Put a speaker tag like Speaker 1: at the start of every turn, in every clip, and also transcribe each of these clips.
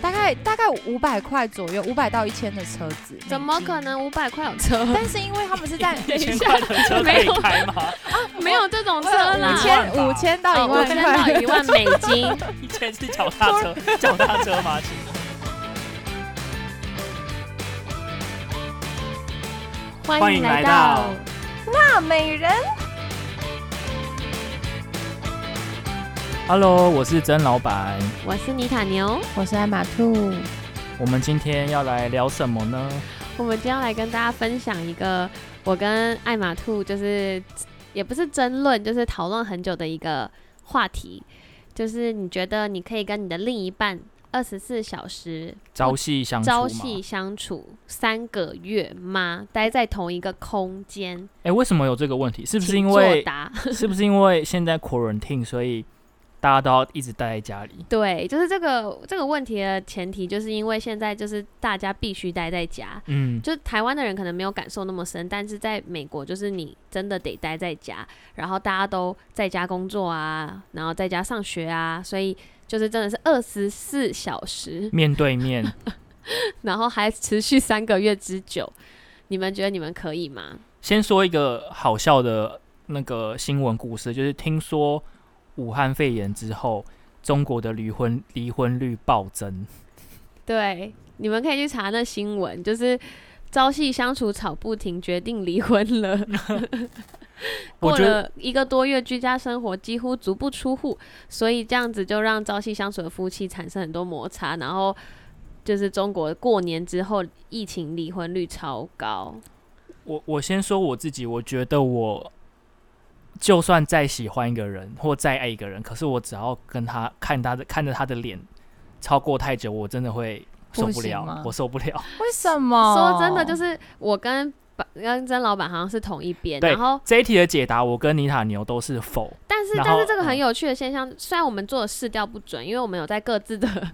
Speaker 1: 大概大概五百块左右，五百到一千的车子。
Speaker 2: 怎么可能五百块有车？
Speaker 1: 但是因为他们是在
Speaker 2: 等一
Speaker 3: 一
Speaker 2: 下
Speaker 3: 块，的车可以开 吗？
Speaker 2: 没有这种车
Speaker 1: 五
Speaker 2: 啦，
Speaker 1: 千
Speaker 3: 万吧
Speaker 1: 五千到一
Speaker 2: 哦五
Speaker 1: 万
Speaker 2: 千到
Speaker 1: 块，
Speaker 2: 一万美 金。
Speaker 3: 一千是脚踏车，脚踏车吗？其实
Speaker 2: 欢迎来到
Speaker 4: 大美人，
Speaker 3: ，Hello，我是曾老板。
Speaker 2: 我是尼塔牛，
Speaker 1: 我是爱马兔，
Speaker 3: 我们今天要来聊什么呢？
Speaker 2: 我们今天要来跟大家分享一个我跟艾玛兔就是也不是争论，就是讨论很久的一个话题，就是你觉得你可以跟你的另一半二十四小时
Speaker 3: 朝夕相处吗
Speaker 2: 哦朝夕相处三个月吗？待在同一个空间，
Speaker 3: 哎、为什么有这个问题？是
Speaker 2: 是
Speaker 3: 不是因为
Speaker 2: 作答？
Speaker 3: 是不是因为现在 quarantine，所以大家都要一直待在家里？
Speaker 2: 对，就是这个这个问题的前提，就是因为现在就是大家必须待在家，
Speaker 3: 嗯，
Speaker 2: 就是台湾的人可能没有感受那么深，但是在美国，就是你真的得待在家，然后大家都在家工作啊，然后在家上学啊，所以就是真的是二十四小时，
Speaker 3: 面对面，
Speaker 2: 然后还持续三个月之久。你们觉得你们可以吗？
Speaker 3: 先说一个好笑的那个新闻故事，就是听说武汉肺炎之后，中国的离婚离婚率暴增。
Speaker 2: 对，你们可以去查那新闻，就是朝夕相处吵不停，决定离婚了。
Speaker 3: 我
Speaker 2: 过
Speaker 3: 觉得
Speaker 2: 了一个多月居家生活，几乎足不出户，所以这样子就让朝夕相处的夫妻产生很多摩擦，然后就是中国过年之后疫情离婚率超高，
Speaker 3: 我我先说我自己，我觉得我就算再喜欢一个人或再爱一个人，可是我只要跟他看他的看着他的脸超过太久，我真的会受
Speaker 1: 不
Speaker 3: 不
Speaker 1: 行
Speaker 3: 了，
Speaker 1: 吗
Speaker 3: 我受不了。
Speaker 1: 为什
Speaker 3: 哦
Speaker 1: 么？
Speaker 2: 说真的，就是我跟爸跟曾老板好像是同一边，
Speaker 3: 对
Speaker 2: 然后
Speaker 3: 这一题的解答，我跟妮塔牛都是否。
Speaker 2: 但是
Speaker 3: 然
Speaker 2: 但
Speaker 3: 后
Speaker 2: 是这个很有趣的现象，虽然我们做的试调不准，因为我们有在各自的
Speaker 3: 嗯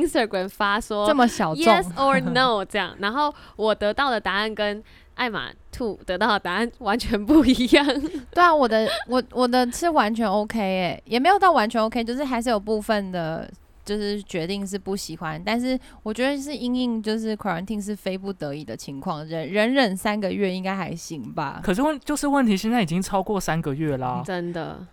Speaker 2: Instagram 发说
Speaker 1: 这么小众，
Speaker 2: yes or no 这样，然后我得到的答案跟艾玛兔得到的答案完全不一样。
Speaker 1: 对啊，我的我我的是完全 OK 哎、也没有到完全 OK，就是还是有部分的，就是决定是不喜欢，但是我觉得是因应就是 quarantine 是非不得已的情况，忍忍忍三个月应该还行
Speaker 2: 啊
Speaker 1: 吧，
Speaker 3: 可是问就是问题，现在已经超过三个月啦。
Speaker 2: 真的，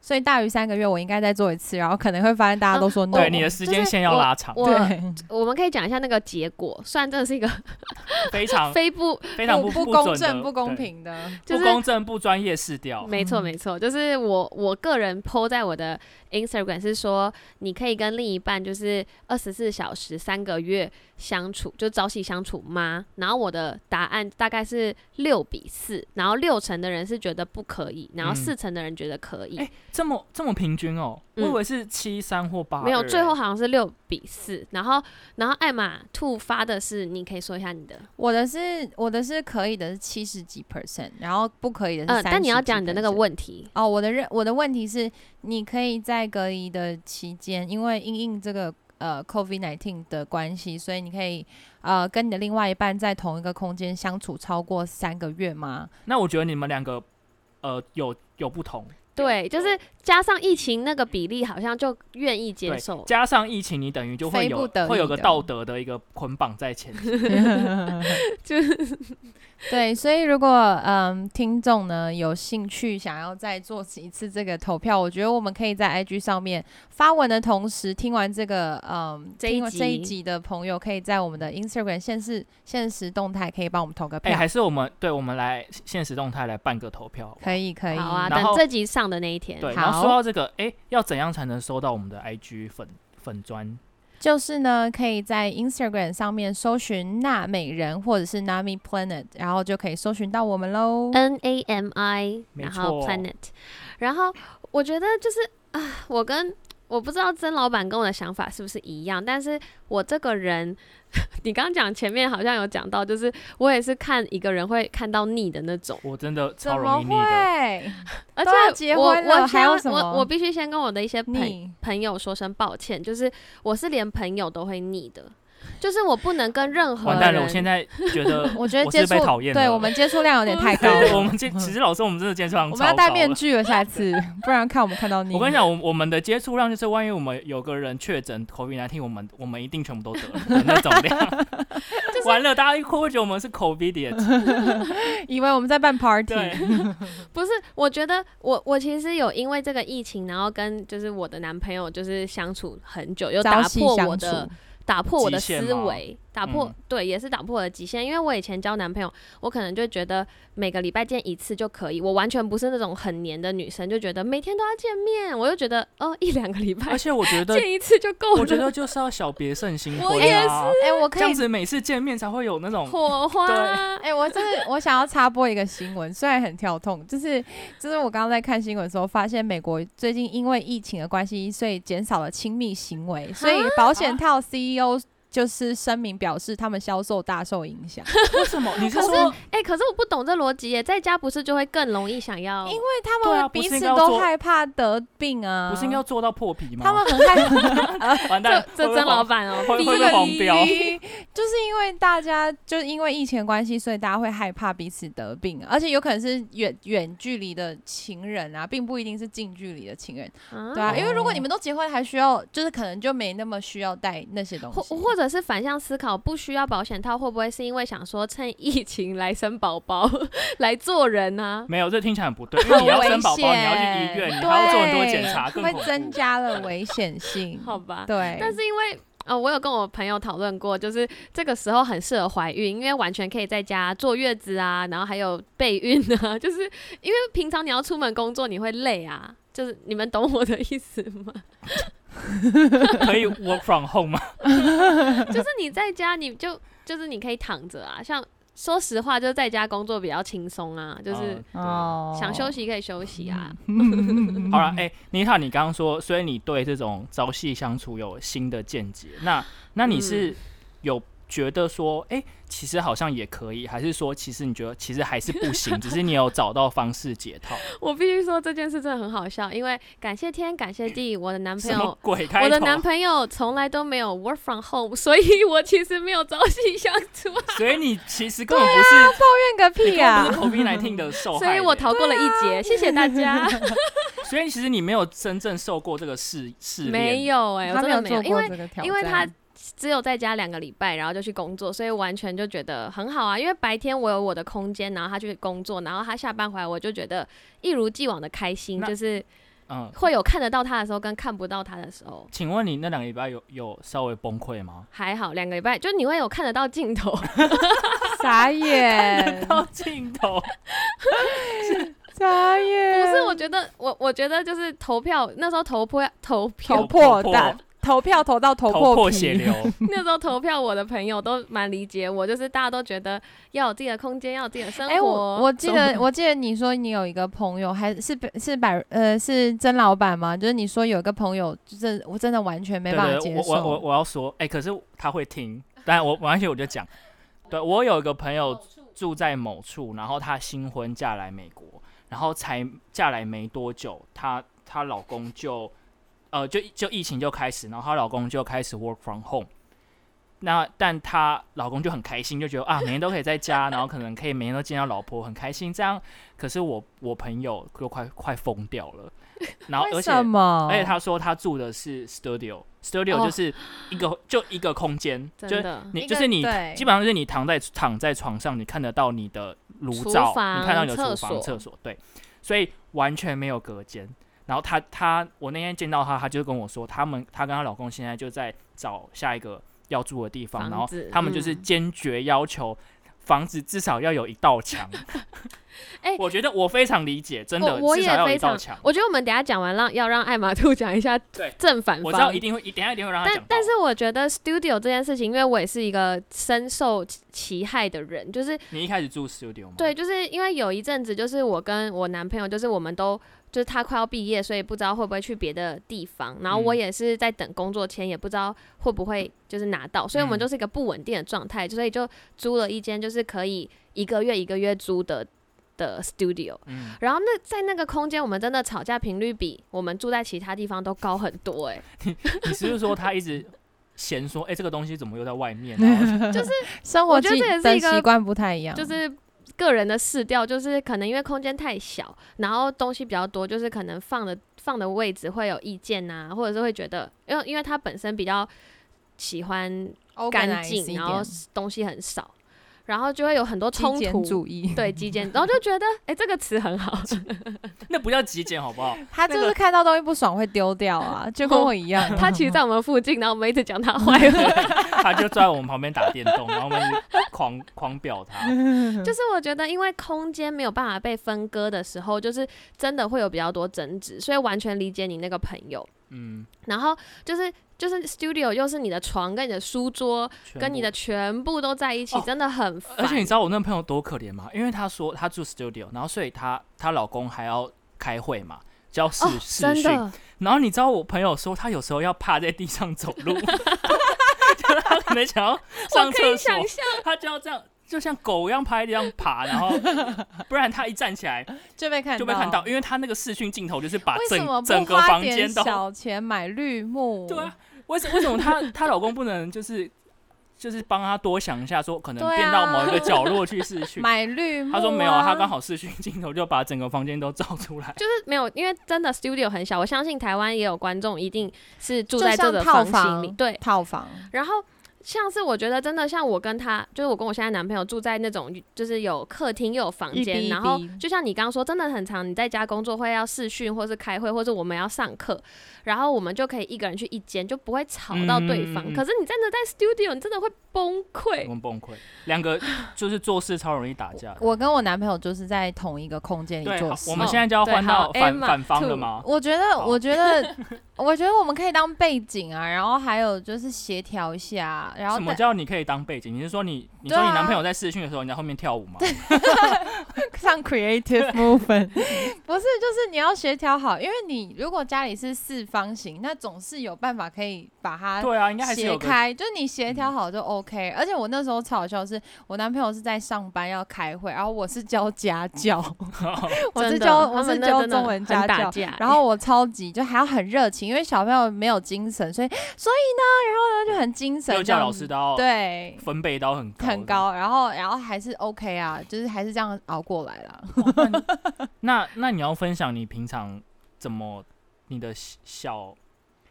Speaker 1: 所以大于三个月我应该再做一次，然后可能会发现大家都
Speaker 2: 嗯
Speaker 1: 说 no，、
Speaker 3: 对，你的时间线要拉长，
Speaker 2: 我
Speaker 1: 对
Speaker 2: 我们可以讲一下那个结果，虽然真的是一个
Speaker 3: 非常
Speaker 2: 非不，
Speaker 3: 非常
Speaker 1: 不
Speaker 3: 不
Speaker 1: 公
Speaker 3: 准的
Speaker 1: 正不公，
Speaker 3: 对
Speaker 1: 平的，
Speaker 2: 就是
Speaker 3: 不公嗯正不专业试调。
Speaker 2: 没错没错，就是我我个人 PO 在我的 Instagram 是说，你可以跟另一半就是二十四小时三个月相处，就朝夕相处吗？然后我的答案大概是六比四，然后六成的人是觉得不可以，然后
Speaker 3: 嗯
Speaker 2: 四成的人觉得可以，
Speaker 3: 哎这么这么平均哦，我
Speaker 2: 嗯
Speaker 3: 以为是七三或八二。
Speaker 2: 没有，最后好像是六比四，然后然后艾玛兔发的是，你可以说一下你的。
Speaker 1: 我的是我的是可以的是七十几 percent，然后不可以的是
Speaker 2: 嗯，
Speaker 1: 30
Speaker 2: 但你要讲你的那个
Speaker 1: 几 percent
Speaker 2: 问题，
Speaker 1: 哦，我的认我的问题是，你可以在隔离的期间，因为因应这个呃 COVID nineteen 的关系，所以你可以呃跟你的另外一半在同一个空间相处超过三个月吗？
Speaker 3: 那我觉得你们两个呃有有不同，
Speaker 2: 对，就是加上疫情那个比例，好像就愿意接
Speaker 3: 对
Speaker 2: 受。
Speaker 3: 加上疫情，你等于就会
Speaker 1: 非
Speaker 3: 有
Speaker 1: 不得已
Speaker 3: 会有个
Speaker 1: 的
Speaker 3: 道德的一个捆绑在前面。
Speaker 1: 对，所以如果嗯听众呢有兴趣想要再做一次这个投票，我觉得我们可以在 IG 上面发文的同时，听完这个嗯
Speaker 2: 这一
Speaker 1: 听完这一
Speaker 2: 集
Speaker 1: 集的朋友，可以在我们的 Instagram 现实现实动态可以帮我们投个
Speaker 3: 哎、
Speaker 1: 票，
Speaker 3: 还是我们对我们来现实动态来办个投票。
Speaker 1: 可以可以，
Speaker 2: 好啊，
Speaker 3: 然
Speaker 2: 等
Speaker 3: 后
Speaker 2: 这集上的那一天，
Speaker 3: 对，
Speaker 1: 好
Speaker 3: 然后说到这个，哎、要怎样才能收到我们的 IG 粉粉砖？
Speaker 1: 就是呢，可以在 Instagram 上面搜寻“娜美人”或者是 “Nami Planet”，然后就可以搜寻到我们喽。
Speaker 2: N A M I，
Speaker 3: 没
Speaker 2: 然后
Speaker 3: 错
Speaker 2: Planet，然后我觉得就是啊，我跟我不知道曾老板跟我的想法是不是一样，但是我这个人， 你刚刚讲前面好像有讲到，就是我也是看一个人会看到腻的那种，
Speaker 3: 我真的
Speaker 1: 怎
Speaker 3: 超
Speaker 1: 么
Speaker 3: 容易腻的。
Speaker 1: 会？
Speaker 2: 而
Speaker 1: 都
Speaker 2: 且
Speaker 1: 要结
Speaker 2: 我
Speaker 1: 婚
Speaker 2: 我
Speaker 1: 了还有
Speaker 2: 先
Speaker 1: 什
Speaker 2: 我
Speaker 1: 么
Speaker 2: 我必须先跟我的一些朋
Speaker 1: 你
Speaker 2: 朋友说声抱歉，就是我是连朋友都会腻的，就是我不能跟任何
Speaker 3: 完蛋了，我现在 觉得
Speaker 1: 我觉得
Speaker 3: 我
Speaker 1: 接
Speaker 3: 是
Speaker 1: 触
Speaker 3: 被讨厌
Speaker 1: 对
Speaker 3: 了
Speaker 1: 我们接触量有点太高
Speaker 3: 对对，我
Speaker 1: 了，
Speaker 3: 们接其实老师我们真的接触量
Speaker 1: 我
Speaker 3: 超
Speaker 1: 们要戴
Speaker 3: 高
Speaker 1: 面
Speaker 3: 了
Speaker 1: 具了，下 次不然看我们看到你。
Speaker 3: 我跟你讲，我我们的接触量就是，万一我们有个人确诊 COVID 1 9我们我们一定全部都得了的那种量。完了，大家一会不会觉得我们是 COVID？
Speaker 1: 以为我们在办 party，
Speaker 3: 对，
Speaker 2: 不是，我觉得我我其实有因为这个疫情，然后跟就是我的男朋友就是相处很久，又打
Speaker 1: 朝夕
Speaker 2: 破我
Speaker 1: 相处，
Speaker 2: 的打破我的
Speaker 3: 极限
Speaker 2: 思
Speaker 3: 吗
Speaker 2: 维，打破、
Speaker 3: 嗯
Speaker 2: 对也是打破我的极限。因为我以前交男朋友，我可能就觉得每个礼拜见一次就可以，我完全不是那种很黏的女生，就觉得每天都要见面，我就觉得哦一两个礼拜
Speaker 3: 而且我 觉得，
Speaker 2: 见一次就够了。
Speaker 3: 我觉得就是要小别胜新
Speaker 2: 我
Speaker 3: 婚
Speaker 2: 也
Speaker 3: 啊，
Speaker 1: 哎、我可
Speaker 3: 这样
Speaker 1: 以。
Speaker 3: 子每次见面才会有那种
Speaker 2: 火花
Speaker 3: 对
Speaker 2: 啊，
Speaker 1: 哎、我真的我想要插播一个新闻，虽然很跳痛，就是就是我刚刚在看新闻的时候，发现美国最近因为疫情的关系，所以减少了亲密行为，所以保
Speaker 3: 啊
Speaker 1: 险套 CEO 就是声明表示他们销售大受影响，
Speaker 3: 为什么？你是
Speaker 2: 可是
Speaker 3: 说
Speaker 2: 哎、可是我不懂这逻辑耶，在家不是就会更容易想要？
Speaker 1: 因为他
Speaker 3: 对
Speaker 1: 们
Speaker 3: 啊不
Speaker 1: 彼
Speaker 3: 是
Speaker 1: 此
Speaker 3: 应该要
Speaker 1: 都
Speaker 3: 做
Speaker 1: 害怕得病啊，
Speaker 3: 不是应该要做到破皮吗？
Speaker 1: 他们 很害怕。
Speaker 3: 完蛋
Speaker 2: 这这
Speaker 3: 了，会不会
Speaker 2: 曾老
Speaker 3: 黄
Speaker 2: 板哦、
Speaker 3: 会
Speaker 2: 逼
Speaker 3: 会被黄标
Speaker 1: 就是因为大家就是因为疫情的关系，所以大家会害怕彼此得病，而且有可能是远远距离的情人啊，并不一定是近距离的情人，
Speaker 2: 啊
Speaker 1: 对啊，因为如果
Speaker 3: 哦
Speaker 1: 你们都结婚，还需要就是可能就没那么需要带那些东
Speaker 2: 或
Speaker 1: 西，
Speaker 2: 或者是反向思考，不需要保险套，会不会是因为想说趁疫情来生宝宝， 来做人啊？，
Speaker 3: 没有，这听起来很不对，因为你要生宝宝，
Speaker 1: 很危
Speaker 3: 你要去
Speaker 1: 险
Speaker 3: 医院，你还要做很多检查，
Speaker 1: 对
Speaker 3: 更
Speaker 1: 会
Speaker 3: 恐怖
Speaker 1: 增加了危险性
Speaker 2: 好吧，
Speaker 1: 对，
Speaker 2: 但是因为呃，我有跟我朋友讨论过，就是这个时候很适合怀孕，因为完全可以在家坐月子啊，然后还有备孕啊， 就是因为平常你要出门工作，你会累啊。就是你们懂我的意思吗？
Speaker 3: 可以 work from home 吗？
Speaker 2: 就是你在家，你就就是你可以躺着啊。像说实话，就是在家工作比较轻松啊，就是
Speaker 3: 哦。
Speaker 1: 哦，
Speaker 2: 想休息可以休息啊。
Speaker 3: 对好了，
Speaker 2: 嗯
Speaker 3: 哎、妮塔，你刚刚说，所以你对这种朝夕相处有新的见解，那那
Speaker 2: 嗯
Speaker 3: 你是有觉得说，哎、其实好像也可以，还是说，其实你觉得其实还是不行，只是你有找到方式 解套？
Speaker 2: 我必须说这件事真的很好笑，因为感谢天，感谢地，我的男朋
Speaker 3: 什么
Speaker 2: 友，
Speaker 3: 鬼开头？啊
Speaker 2: 我的男朋友从来都没有 work from home，所以我其实没有朝夕相处，啊
Speaker 3: 所以你其实根本不是，
Speaker 1: 怨个
Speaker 3: 你
Speaker 1: 屁
Speaker 3: 根
Speaker 1: 啊！
Speaker 3: 本不是 COVID 19的受害
Speaker 2: 所以我
Speaker 3: 人
Speaker 2: 逃过了一劫，谢谢大家。
Speaker 3: 所以其实你没有真正受过这个试试炼，
Speaker 2: 没有哎、我
Speaker 1: 他
Speaker 2: 真
Speaker 1: 有
Speaker 2: 的没有，
Speaker 1: 做
Speaker 2: 因
Speaker 1: 过
Speaker 2: 为
Speaker 1: 这个挑战，
Speaker 2: 因为他只有在家两个礼拜，然后就去工作，所以完全就觉得很好啊。因为白天我有我的空间，然后他去工作，然后他下班回来，我就觉得一如既往的开心，
Speaker 3: 那
Speaker 2: 就是
Speaker 3: 嗯。
Speaker 2: 会有看得到他的时候跟看不到他的时候。
Speaker 3: 请问你那两个礼拜有有稍微崩溃吗？
Speaker 2: 还好，两个礼拜就你会有看得到镜头，
Speaker 1: 傻眼，
Speaker 3: 到尽头，
Speaker 1: 傻
Speaker 2: 不
Speaker 1: 眼，
Speaker 2: 是，我觉得我我觉得就是投票那时候投票投
Speaker 1: 头
Speaker 2: 票，
Speaker 1: 破
Speaker 3: 头破
Speaker 1: 蛋，投票投到头
Speaker 3: 头破
Speaker 1: 皮
Speaker 3: 血流。
Speaker 2: 那时候投票我的朋友都蛮理解我，就是大家都觉得要有自己的空间，要有自己的生活。
Speaker 1: 哎、我我记
Speaker 2: 什
Speaker 1: 得
Speaker 2: 么
Speaker 1: 我记得你说你有一个朋友，还是是百呃是曾老板吗？就是你说有一个朋友，就是我真的完全没
Speaker 3: 对
Speaker 1: 办法
Speaker 3: 对，
Speaker 1: 接
Speaker 3: 我
Speaker 1: 受。
Speaker 3: 我我我要说，哎、可是他会听，但我没关系，我就讲。对我有一个朋友住在某处，然后她新婚嫁来美国，然后才嫁来没多久，她她老公就呃就就疫情就开始，然后她老公就开始 work from home。那但她老公就很开心，就觉得啊，每天都可以在家，然后可能可以每天都见到老婆，很开心。这样，可是我我朋友就快快疯掉了，然后而
Speaker 1: 为
Speaker 3: 且
Speaker 1: 什么？
Speaker 3: 而且他说他住的是 studio，studio
Speaker 2: 哦
Speaker 3: 就是一个、就一个空间，就
Speaker 2: 真
Speaker 3: 是
Speaker 2: 的
Speaker 1: 一
Speaker 3: 你
Speaker 1: 个
Speaker 3: 就是你
Speaker 1: 对
Speaker 3: 基本上是你躺在躺在床上，你看得到你的炉
Speaker 2: 厨
Speaker 3: 灶，
Speaker 2: 房
Speaker 3: 你看到你的
Speaker 2: 厕
Speaker 3: 厨
Speaker 2: 所
Speaker 3: 房、厕所，对，所以完全没有隔间。然后他他我那天见到他，他就跟我说，他们他跟她老公现在就在找下一个要住的地方，然
Speaker 2: 房
Speaker 3: 后
Speaker 2: 子
Speaker 3: 他们就是
Speaker 2: 嗯
Speaker 3: 坚决要求。房子至少要有一道墙，
Speaker 2: 哎
Speaker 3: 我觉得我非常理解，真的，
Speaker 2: 我我
Speaker 3: 至
Speaker 2: 也
Speaker 3: 少要有
Speaker 2: 非
Speaker 3: 一道
Speaker 2: 常
Speaker 3: 墙，。
Speaker 2: 我觉得我们等一下讲完，让要让艾玛兔讲一下
Speaker 3: 对
Speaker 2: 正反
Speaker 3: 我知道
Speaker 2: 方
Speaker 3: 一。定会，一等一下一定会让他讲
Speaker 2: 但
Speaker 3: 到。
Speaker 2: 但是我觉得 studio 这件事情，因为我也是一个深受其其害的人，就是
Speaker 3: 你一开始住 studio 吗？
Speaker 2: 对，就是因为有一阵子，就是我跟我男朋友，就是我们都就是他快要毕业，所以不知道会不会去别的地方。然后我
Speaker 3: 嗯
Speaker 2: 也是在等工作签，也不知道会不会就是拿到，所以我们
Speaker 3: 嗯
Speaker 2: 就是一个不稳定的状态，所以就租了一间就是可以一个月一个月租的的 studio。
Speaker 3: 嗯，
Speaker 2: 然后那在那个空间，我们真的吵架频率比我们住在其他地方都高很多哎、
Speaker 3: 你是不是说他一直嫌说，哎、这个东西怎么又在 外面、啊？
Speaker 2: 就是
Speaker 1: 生
Speaker 2: 我
Speaker 1: 活
Speaker 2: 觉得
Speaker 1: 技
Speaker 2: 这也是
Speaker 1: 的
Speaker 2: 一个
Speaker 1: 习惯不太一样，
Speaker 2: 就是个人的试调，就是可能因为空间太小，然后东西比较多，就是可能放的放的位置会有意见呐、或者是会觉得，因为因为他本身比较喜欢干
Speaker 1: organize 一
Speaker 2: 净，
Speaker 1: 点
Speaker 2: 然后东西很少，然后就会有很多冲
Speaker 1: 极简
Speaker 2: 突。
Speaker 1: 主 义，
Speaker 2: 对极简，然后就觉得，哎、这个词很好，
Speaker 3: 那不叫极简好不好？
Speaker 1: 他就
Speaker 3: 那
Speaker 1: 是
Speaker 3: 个
Speaker 1: 看到东西不爽会丢掉啊，就跟我一样 啊。
Speaker 2: 他其实在我们附近，然后我们一直讲他坏话，
Speaker 3: 他就坐在我们旁边打电动，然后我们狂狂表 他。
Speaker 2: 就是我觉得，因为空间没有办法被分割的时候，就是真的会有比较多争执，所以完全理解你那个朋友。
Speaker 3: 嗯，
Speaker 2: 然后就是就是 studio 又是你的床跟你的书桌
Speaker 3: 全
Speaker 2: 跟你
Speaker 3: 部
Speaker 2: 的全部都在一起，
Speaker 3: 哦
Speaker 2: 真的很烦。
Speaker 3: 而且你知道我那朋友多可怜吗？因为她说她住 studio，然后所以她她老公还要开会嘛，叫视、
Speaker 2: 哦，
Speaker 3: 视
Speaker 2: 真
Speaker 3: 讯。
Speaker 2: 的，
Speaker 3: 然后你知道我朋友说她有时候要趴在地上走路，就是她可能想要
Speaker 2: 我
Speaker 3: 上
Speaker 2: 可以
Speaker 3: 厕
Speaker 2: 想
Speaker 3: 所，
Speaker 2: 象，
Speaker 3: 她就要这样。就像狗一样趴在地上爬，然后不然她一站起来
Speaker 1: 就被看
Speaker 3: 就被 看到，因为她那个视讯镜头就是把
Speaker 1: 为什么
Speaker 3: 整
Speaker 1: 不
Speaker 3: 整个
Speaker 1: 花
Speaker 3: 房
Speaker 1: 点
Speaker 3: 间都
Speaker 1: 小钱买绿幕？
Speaker 3: 对啊，为什为什么她她老公不能就是就是帮她多想一下，说可能
Speaker 1: 对啊
Speaker 3: 变到某一个角落去 视讯？
Speaker 1: 买绿幕啊。
Speaker 3: 他说没有啊，他刚好视讯镜头就把整个房间都照出来。
Speaker 2: 就是没有，因为真的 studio 很小，我相信台湾也有观众一定是住
Speaker 1: 就
Speaker 2: 在这
Speaker 1: 像
Speaker 2: 个
Speaker 1: 套
Speaker 2: 型里，
Speaker 1: 房
Speaker 2: 对，
Speaker 1: 套房，
Speaker 2: 然后像是我觉得真的像我跟他，就是我跟我现在男朋友住在那种就是有客厅又有房
Speaker 1: 一
Speaker 2: 间，
Speaker 1: 逼一
Speaker 2: 然后
Speaker 1: 逼
Speaker 2: 就像你刚刚说，真的很长，你在家工作会要视讯或是开会，或是我们要上课，然后我们就可以一个人去一间，就不会吵到对方。
Speaker 3: 嗯嗯嗯
Speaker 2: 可是你真的在 studio，你真的会崩溃。
Speaker 3: 我们崩溃，两个就是做事超容易打架的。
Speaker 1: 我跟我男朋友就是在同一个空间里
Speaker 3: 对，
Speaker 1: 哎做
Speaker 3: 好
Speaker 1: 事。
Speaker 3: 我们现在就要换到
Speaker 2: 对好
Speaker 3: 反
Speaker 2: Emma
Speaker 3: 反方
Speaker 2: two
Speaker 3: 了吗？
Speaker 1: 我觉得，
Speaker 3: 好
Speaker 1: 我觉 得，我觉得我们可以当背景啊，然后还有就是协调一下，啊然后
Speaker 3: 什么
Speaker 1: 但
Speaker 3: 叫你可以当背景？你是说你你
Speaker 1: 对
Speaker 3: 说
Speaker 1: 啊
Speaker 3: 你男朋友在视讯的时候你在后面跳舞吗？
Speaker 1: 上 creative movement，不是，就是你要协调好，因为你如果家里是四方形，那总是有办法可以把它
Speaker 3: 对啊，应该还是
Speaker 1: 斜
Speaker 3: 有个嗯
Speaker 1: 开，就是你协调好就 OK。而且我那时候超好笑的是，我男朋友是在上班要开会，然后我是教家 教，我是
Speaker 2: 真的
Speaker 1: 教
Speaker 2: 他
Speaker 1: 我是
Speaker 2: 们那
Speaker 1: 教
Speaker 2: 真的
Speaker 1: 中文
Speaker 2: 很
Speaker 1: 家
Speaker 2: 打
Speaker 1: 教。
Speaker 2: 架，
Speaker 1: 然后我超级就还要很热情，因为小朋友没有精神，所以所以呢，然后呢就很精神
Speaker 3: 幼
Speaker 1: 这
Speaker 3: 教
Speaker 1: 样子，
Speaker 3: 老师都要
Speaker 1: 对
Speaker 3: 分贝都很高
Speaker 1: 很。高，然后然后还是 OK 啊，就是还是这样熬过来 了。
Speaker 3: 那那你要分享你平常怎么你的小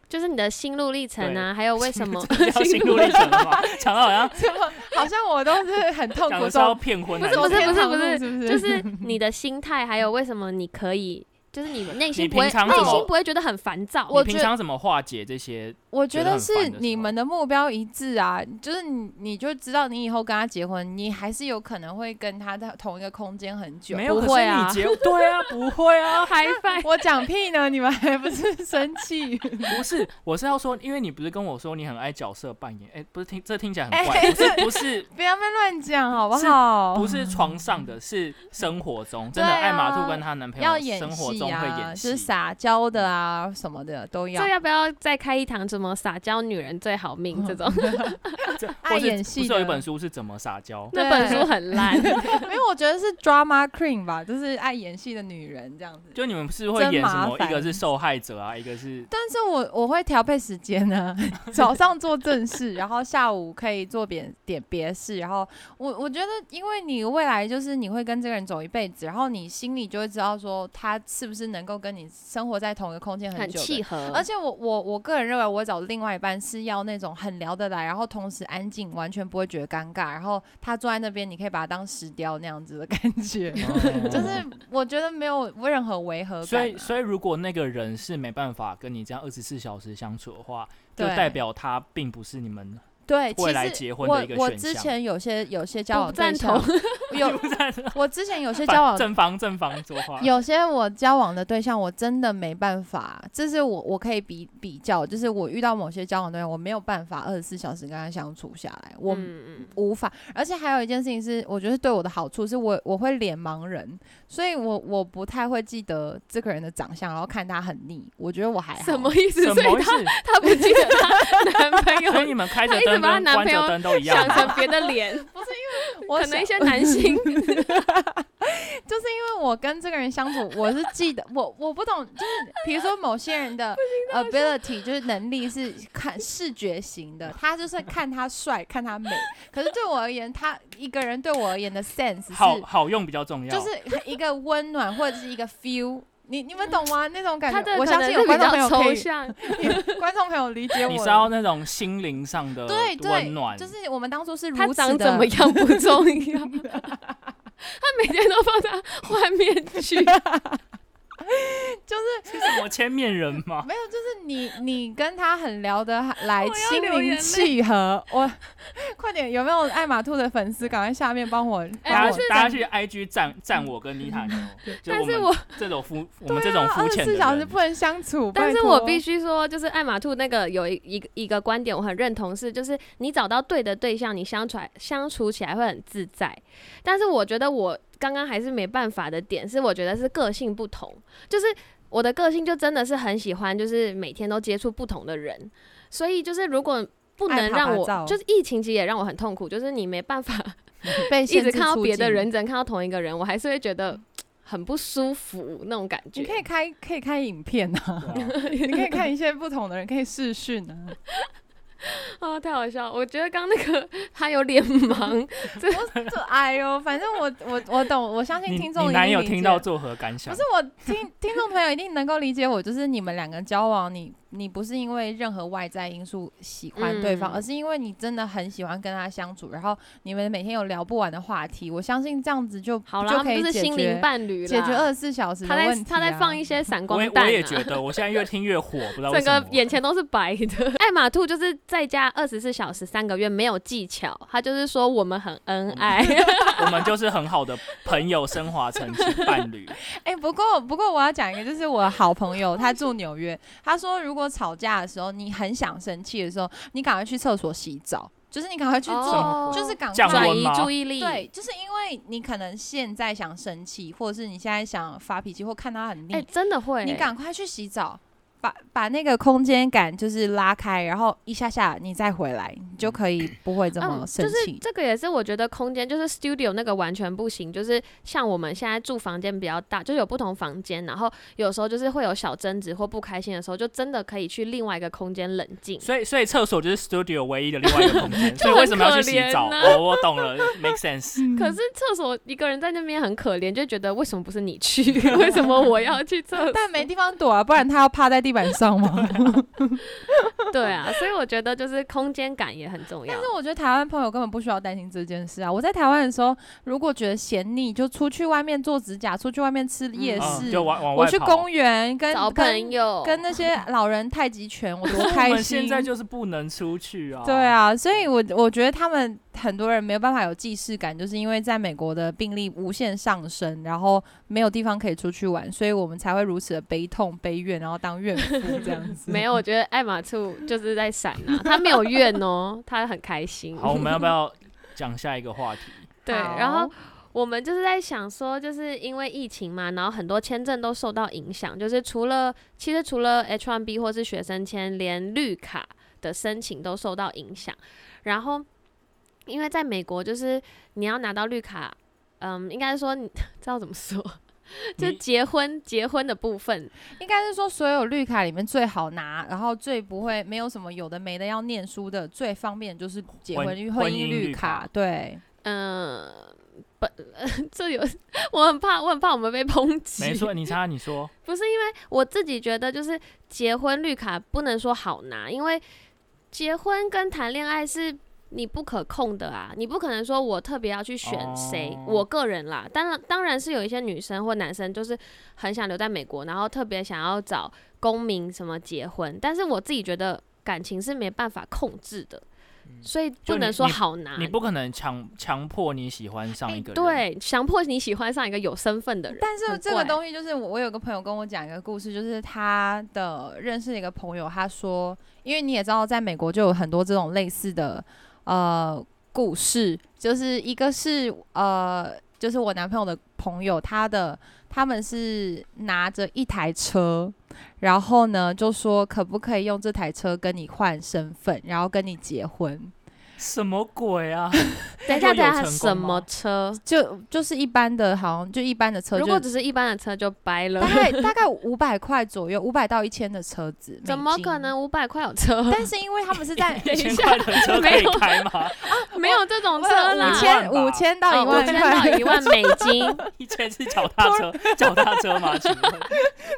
Speaker 2: 就是你的心路历程啊，还有为 什么
Speaker 3: 要心路历程了吗？讲到好像
Speaker 1: 怎么好像我都是很痛
Speaker 3: 讲
Speaker 1: 苦
Speaker 3: 的是要
Speaker 1: 中，
Speaker 3: 骗婚
Speaker 2: 不
Speaker 3: 还
Speaker 2: 是
Speaker 3: 什
Speaker 2: 不
Speaker 3: 么，
Speaker 2: 是
Speaker 1: 不
Speaker 2: 不是不
Speaker 1: 是
Speaker 2: 是，
Speaker 1: 不
Speaker 2: 就是你的心态，还有为什么你可以，就是你内心
Speaker 3: 你
Speaker 2: 不会内
Speaker 3: 平常怎么
Speaker 2: 心不会觉得很烦躁。
Speaker 1: 我
Speaker 3: 你
Speaker 1: 觉
Speaker 3: 平常怎么化解这些？
Speaker 1: 我
Speaker 3: 觉
Speaker 1: 觉
Speaker 3: 得
Speaker 1: 得
Speaker 3: 很
Speaker 1: 是
Speaker 3: 烦的时
Speaker 1: 你
Speaker 3: 候
Speaker 1: 们的目标一致啊，就是你你就知道你以后跟他结婚，你还是有可能会跟他在同一个空间很久。
Speaker 3: 没有，
Speaker 2: 不
Speaker 3: 可
Speaker 2: 会
Speaker 3: 是
Speaker 2: 啊
Speaker 3: 你结 对啊，不会 啊，
Speaker 2: 嗨翻
Speaker 1: 我讲屁呢，你们还不是生气？
Speaker 3: 不是，我是要说，因为你不是跟我说你很爱角色扮演，哎、不是听这听起来
Speaker 1: 哎
Speaker 3: 很怪，不是不是
Speaker 1: 不要被乱讲好不
Speaker 3: 是
Speaker 1: 好？
Speaker 3: 不是床上的，是生活中，真的
Speaker 1: 哦对啊
Speaker 3: 艾玛兔跟她男朋
Speaker 1: 要
Speaker 3: 友
Speaker 1: 演
Speaker 3: 生活
Speaker 1: 戏
Speaker 3: 中会
Speaker 1: 啊，
Speaker 3: 演
Speaker 1: 就是
Speaker 3: 戏。
Speaker 1: 撒娇的啊什么的都要
Speaker 2: 这。要不要再开一堂什么撒娇女人最好命这种？
Speaker 3: 嗯这
Speaker 1: 爱
Speaker 3: 或是
Speaker 1: 演戏
Speaker 3: 不是有一
Speaker 1: 的
Speaker 3: 本书是怎么撒娇？
Speaker 2: 那本书很烂，
Speaker 1: 没有，我觉得是 drama queen 吧，就是爱演戏的女人这样子。
Speaker 3: 就你们是会
Speaker 1: 真
Speaker 3: 演什
Speaker 1: 麻
Speaker 3: 么？一个
Speaker 1: 烦
Speaker 3: 是受害者啊，一个 是
Speaker 1: 但是我我会调配时间呢、早上做正事，然后下午可以做点点别事。然后我我觉得，因为你未来就是你会跟这个人走一辈子，然后你心里就会知道说他是不是能够跟你生活在同一个空间
Speaker 2: 很
Speaker 1: 久的
Speaker 2: 契合，
Speaker 1: 而且我我我个人认为，我找另外一半是要那种很聊得来，然后同时安静，完全不会觉得尴尬，然后他坐在那边，你可以把他当石雕那样子的感觉，就是我觉得没有任何违和感啊、
Speaker 3: 哦嗯所以，所以如果那个人是没办法跟你这样二十四小时相处的话，就
Speaker 1: 啊对
Speaker 3: 代表他并不是你们
Speaker 1: 对，其
Speaker 3: 未来
Speaker 1: 实
Speaker 3: 结婚
Speaker 1: 我
Speaker 3: 的一个
Speaker 1: 我
Speaker 3: 选
Speaker 1: 之
Speaker 3: 项
Speaker 1: 前有些有些交
Speaker 2: 我不
Speaker 1: 往对
Speaker 2: 赞
Speaker 1: 象
Speaker 2: 同，
Speaker 1: 有，我之前有些交往
Speaker 3: 正方正方说话。
Speaker 1: 有些我交往的对象，我真的没办法，这是我我可以比比较，就是我遇到某些交往对象，我没有办法二十四小时跟他相处下来，我
Speaker 2: 嗯嗯
Speaker 1: 无法。而且还有一件事情是，我觉得对我的好处是我我会脸盲人，所以我我不太会记得这个人的长相，然后看他很腻。我觉得我哎还好。
Speaker 2: 什么意思？
Speaker 3: 什
Speaker 2: 所
Speaker 3: 么意
Speaker 2: 以
Speaker 3: 思
Speaker 2: 她？她不记得她男朋
Speaker 3: 所以你
Speaker 2: 友
Speaker 3: 们啊开着
Speaker 2: 她一直
Speaker 3: 灯
Speaker 2: 把她
Speaker 3: 跟
Speaker 2: 男
Speaker 3: 关
Speaker 2: 朋友
Speaker 3: 着灯都一样
Speaker 2: 想
Speaker 3: 吗。
Speaker 2: 成别的脸，
Speaker 1: 我
Speaker 2: 可
Speaker 1: 想
Speaker 2: 能一些男 性
Speaker 1: 就是因为我跟这个人相处，我是记得我我不懂， 就是比如说某些人的 ability 就是能力是看视觉型的，他就是看他帅，看他美。可是对我而言，他一个人对我而言的 sense
Speaker 3: 好
Speaker 1: 是
Speaker 3: 好用比较重要，
Speaker 1: 就是一个温暖或者是一个 feel。你你们懂吗？那种感
Speaker 2: 他的
Speaker 1: 觉，我
Speaker 2: 可
Speaker 1: 相
Speaker 2: 能
Speaker 1: 信
Speaker 2: 是
Speaker 1: 有观
Speaker 2: 比
Speaker 1: 众朋友
Speaker 2: 较
Speaker 1: 可
Speaker 2: 抽
Speaker 1: 以，
Speaker 2: 象，
Speaker 1: 观众朋友理解我。
Speaker 3: 你是要那种心灵上的
Speaker 1: 对对
Speaker 3: 温暖，，
Speaker 1: 就是我们当初是如
Speaker 2: 他
Speaker 1: 此
Speaker 2: 长
Speaker 1: 的
Speaker 2: 怎么样不重 要，他每天都放在画面去，
Speaker 3: 是什么千面人 吗？
Speaker 1: 没有，就是你你跟他很聊 得来，
Speaker 2: 要
Speaker 1: 心
Speaker 2: 流眼
Speaker 1: 灵
Speaker 2: 泪
Speaker 1: 契合。我快点，有没有爱马兔的粉丝？赶快下面帮我帮
Speaker 2: 哎
Speaker 3: 大
Speaker 1: 我
Speaker 3: 家大家去 IG 赞赞我跟妮塔 牛，就
Speaker 2: 但是
Speaker 3: 我
Speaker 2: 我
Speaker 3: 们这种肤我们这种肤
Speaker 1: 啊二十
Speaker 3: 浅的
Speaker 1: 四小时
Speaker 3: 人，
Speaker 1: 不能相处。
Speaker 2: 但
Speaker 1: 拜
Speaker 2: 是
Speaker 1: 托
Speaker 2: 我必须说，就是爱马兔那个有一一个一个观点，我很认同是，就是你找到对的对象，你相处来相处起来会很自在。但是我觉得我刚刚还是没办法的点是，我觉得是个性不同，就是我的个性就真的是很喜欢，就是每天都接触不同的人，所以就是如果。不
Speaker 1: 爱
Speaker 2: 能
Speaker 1: 爬
Speaker 2: 让
Speaker 1: 爬
Speaker 2: 我
Speaker 1: 照
Speaker 2: 就是疫情其实也让我很痛苦，就是你没 办法
Speaker 1: 被
Speaker 2: 一
Speaker 1: 限
Speaker 2: 直
Speaker 1: 制
Speaker 2: 看到
Speaker 1: 出
Speaker 2: 别的
Speaker 1: 境
Speaker 2: 人，，只能看到同一个人，我还是会觉得很不舒服那种感觉。
Speaker 1: 你可以开可以开影片啊，
Speaker 3: 对 啊
Speaker 1: 你可以看一些不同的人，可以试训啊。
Speaker 2: 啊，太好笑了！我觉得刚那个他有脸 盲，
Speaker 1: 我就哎呦，反正我我我懂，我相信
Speaker 3: 你
Speaker 1: 听众
Speaker 3: 你
Speaker 1: 一
Speaker 3: 男
Speaker 1: 定
Speaker 3: 友
Speaker 1: 理解
Speaker 3: 听到作何感想
Speaker 1: 不是？我听 听众朋友一定能够理解我，就是你们两个交往，你你不是因为任何外在因素喜欢对方，
Speaker 2: 嗯
Speaker 1: 而是因为你真的很喜欢跟他相处，然后你们每天有聊不完的话题，我相信这样子就
Speaker 2: 好啦，
Speaker 1: 就
Speaker 2: 他
Speaker 1: 可
Speaker 2: 们
Speaker 1: 以
Speaker 2: 就是
Speaker 1: 解
Speaker 2: 心灵
Speaker 1: 决
Speaker 2: 伴侣啦。
Speaker 1: 解决二十四小时的
Speaker 2: 他
Speaker 1: 问
Speaker 2: 在
Speaker 1: 题、啊
Speaker 2: 他在放一。些闪
Speaker 3: 我
Speaker 2: 光
Speaker 3: 也
Speaker 2: 弹、啊
Speaker 3: 我也 觉得，我现在越听越火，不知道为
Speaker 2: 整
Speaker 3: 什
Speaker 2: 个
Speaker 3: 么。
Speaker 2: 眼前都是白的。爱马兔就是在家二十四小时三个月没有技巧，他就是说我们很恩
Speaker 3: 嗯
Speaker 2: 爱，
Speaker 3: 我们就是很好的朋友，升华 成伴侣。
Speaker 1: 哎、不过不过我要讲一个，就是我好朋友他住纽约，他说如果吵架的时候，你很想生气的时候，你赶快去厕所洗澡，就是你赶快去做，
Speaker 2: 哦
Speaker 1: 就是赶
Speaker 3: 降
Speaker 1: 快
Speaker 2: 转
Speaker 3: 温
Speaker 2: 移
Speaker 3: 吗
Speaker 2: 注意力。
Speaker 1: 对，，就是因为你可能现在想生气，或者是你现在想发脾气，或看他很腻，
Speaker 2: 哎、真的会、
Speaker 1: 你赶快去洗澡，把把那个空间感就是拉开，然后一下下你再回来，你就可以不会这么生
Speaker 2: 嗯就是
Speaker 1: 气。
Speaker 2: 这个也是我觉得空间，就是 studio 那个完全不行。就是像我们现在住房间比较大，就有不同房间，然后有时候就是会有小争执或不开心的时候，就真的可以去另外一个空间冷静。
Speaker 3: 所以，所以厕所就是 studio 唯一的另外一个 空间。所以
Speaker 2: 很
Speaker 3: 为什么要去
Speaker 2: 可
Speaker 3: 洗
Speaker 2: 怜
Speaker 3: 澡？
Speaker 2: 啊
Speaker 3: 哦，我懂了，make sense。
Speaker 2: 可
Speaker 1: 嗯
Speaker 2: 是厕所一个人在那边很可怜，就觉得为什么不是 你去？为什么我要去厕 所？
Speaker 1: 但没地方躲啊，不然他要趴在地板 上吗？
Speaker 3: 啊
Speaker 2: 对啊，所以我觉得就是空间感也很重 要
Speaker 1: 但。是我觉得台湾朋友根本不需要担心这件事啊。我在台湾的时候，如果觉得嫌腻，就出去外面做指甲，出去外面吃夜
Speaker 2: 嗯
Speaker 1: 市，
Speaker 3: 嗯、就往往外
Speaker 1: 我去
Speaker 3: 跑
Speaker 1: 公园跟
Speaker 2: 找朋
Speaker 1: 跟
Speaker 2: 友，
Speaker 1: 跟那 些老人太极拳，我多
Speaker 3: 哦我
Speaker 1: 开
Speaker 3: 们
Speaker 1: 心。
Speaker 3: 现在就是不能出去啊。
Speaker 1: 对，啊，所以我我觉得他们很多人没有办法有既视感，就是因为在美国的病例无限上升，然后没有地方可以出去玩，所以我们才会如此的悲痛悲怨，然后当怨妇这样 子。
Speaker 2: 没有，我觉得爱马兔就是在闪啊，他 没有怨哦，他很开心。
Speaker 3: 好，我们要不要讲下一个话 题？
Speaker 2: 对，
Speaker 1: 好
Speaker 2: 然后我们就是在想说，就是因为疫情嘛，然后很多签证都受到影响，就是除了其实除了 H1B 或是学生签，连绿卡的申请都受到影响。然后，因为在美国，就是你要拿到绿卡，嗯，应该说你 知道怎么说，就是
Speaker 3: 你
Speaker 2: 结婚结婚的部分，
Speaker 1: 应该是说所有绿卡里面最好拿，然后最不会没有什么有的没的要念书的，最方便就是结
Speaker 3: 婚
Speaker 1: 婚绿
Speaker 3: 婚
Speaker 1: 婚
Speaker 3: 姻
Speaker 1: 姻
Speaker 3: 绿
Speaker 1: 绿
Speaker 3: 卡
Speaker 1: 卡。对，
Speaker 2: 嗯、不， 这有，我很怕，我很怕我们被抨击。
Speaker 3: 没错，你猜，你说，
Speaker 2: 不是因为我自己觉得，就是结婚绿卡不能说好拿，因为结婚跟谈恋爱是你不可控的啊，你不可能说我特别要去选谁。
Speaker 3: 哦
Speaker 2: 我个人啦，当然当然是有一些女生或男生就是很想留在美国，然后特别想要找公民什么结婚，但是我自己觉得感情是没办法控制的，所以
Speaker 3: 嗯就
Speaker 2: 不能
Speaker 3: 你
Speaker 2: 说
Speaker 3: 你
Speaker 2: 好拿。
Speaker 3: 你不可能强强迫你喜欢上
Speaker 2: 啊哎
Speaker 3: 一个人。，
Speaker 2: 对，强迫你喜欢上一个有身份的人，
Speaker 1: 但是
Speaker 2: 很
Speaker 1: 这个
Speaker 2: 怪
Speaker 1: 东西就是我，我有个朋友跟我讲一个故事，就是他的认识的一个朋友，他说，因为你也知道，在美国就有很多这种类似的呃故事，就是一个是呃，就是我男朋友的朋友，他的他们是拿着一台车，然后呢就说可不可以用这台车跟你换身份，然后跟你结婚。
Speaker 3: 什么鬼啊？
Speaker 2: 等一下，
Speaker 3: 那
Speaker 2: 等一下，
Speaker 3: 有成功
Speaker 2: 什么
Speaker 3: 吗？
Speaker 2: 车？
Speaker 1: 就就是一般的，好像就一般的车，
Speaker 2: 如果
Speaker 1: 就
Speaker 2: 只是一般的车就掰了
Speaker 1: 大， 概大概五百块左右，五百到一千的车子，美
Speaker 2: 怎么可
Speaker 1: 金？
Speaker 2: 能五百块有车？
Speaker 1: 但是因为他们是 在
Speaker 2: 等一
Speaker 3: 千
Speaker 2: 下
Speaker 3: 块的车可
Speaker 2: 没
Speaker 3: 以
Speaker 2: 有
Speaker 3: 开吗？
Speaker 2: 没有这种车啦，哦
Speaker 1: 五
Speaker 3: 千
Speaker 1: 千五千到一万
Speaker 2: 千到
Speaker 1: 块，
Speaker 2: 一万美 金，
Speaker 3: 一千是脚踏车，脚踏车 吗？请问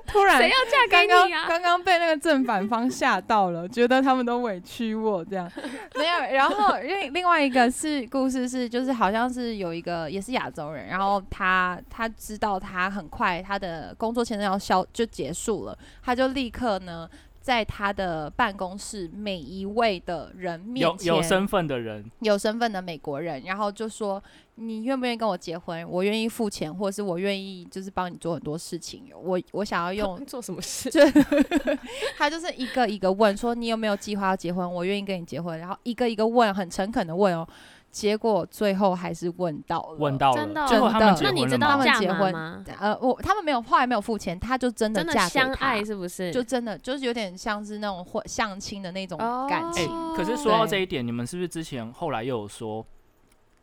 Speaker 1: 突然
Speaker 2: 谁要嫁给
Speaker 1: 刚刚
Speaker 2: 你啊？
Speaker 1: 刚刚被那个正反方吓到了，觉得他们都委屈我 这样，没有。然后另另外一个是故事是，就是好像是有一个也是亚洲人，然后他他知道他很快他的工作签证要消就结束了，他就立刻呢在他的办公室每一位的人面
Speaker 3: 有
Speaker 1: 前
Speaker 3: 有身份的人，
Speaker 1: 有身份的美国人，然后就说你愿不愿意跟我结婚？我愿意付钱，或者是我愿意就是帮你做很多事情，我我想要 用
Speaker 2: 做什么事？
Speaker 1: 就他就是一个一个问，说你有没有计划要结婚？我愿意跟你结婚，然后一个一个问，很诚恳的问哦。结果最后还是问到了，
Speaker 3: 问到
Speaker 2: 真的哦
Speaker 3: 了，结果他们结
Speaker 2: 那你
Speaker 3: 婚
Speaker 2: 知
Speaker 3: 了
Speaker 2: 道
Speaker 1: 他
Speaker 3: 吗？
Speaker 1: 们
Speaker 2: 价
Speaker 1: 结
Speaker 2: 码
Speaker 1: 婚
Speaker 2: 吗？
Speaker 1: 呃，我他们没有，后来没有付钱，他就真的
Speaker 2: 真的
Speaker 1: 嫁给
Speaker 2: 相
Speaker 1: 他
Speaker 2: 爱是不是？
Speaker 1: 就真的就是有点像是那种婚相亲的那种感
Speaker 3: 哎
Speaker 1: 情。
Speaker 2: 哦
Speaker 3: 可是说到
Speaker 1: 对
Speaker 3: 这一点，你们是不是之前后来又有说，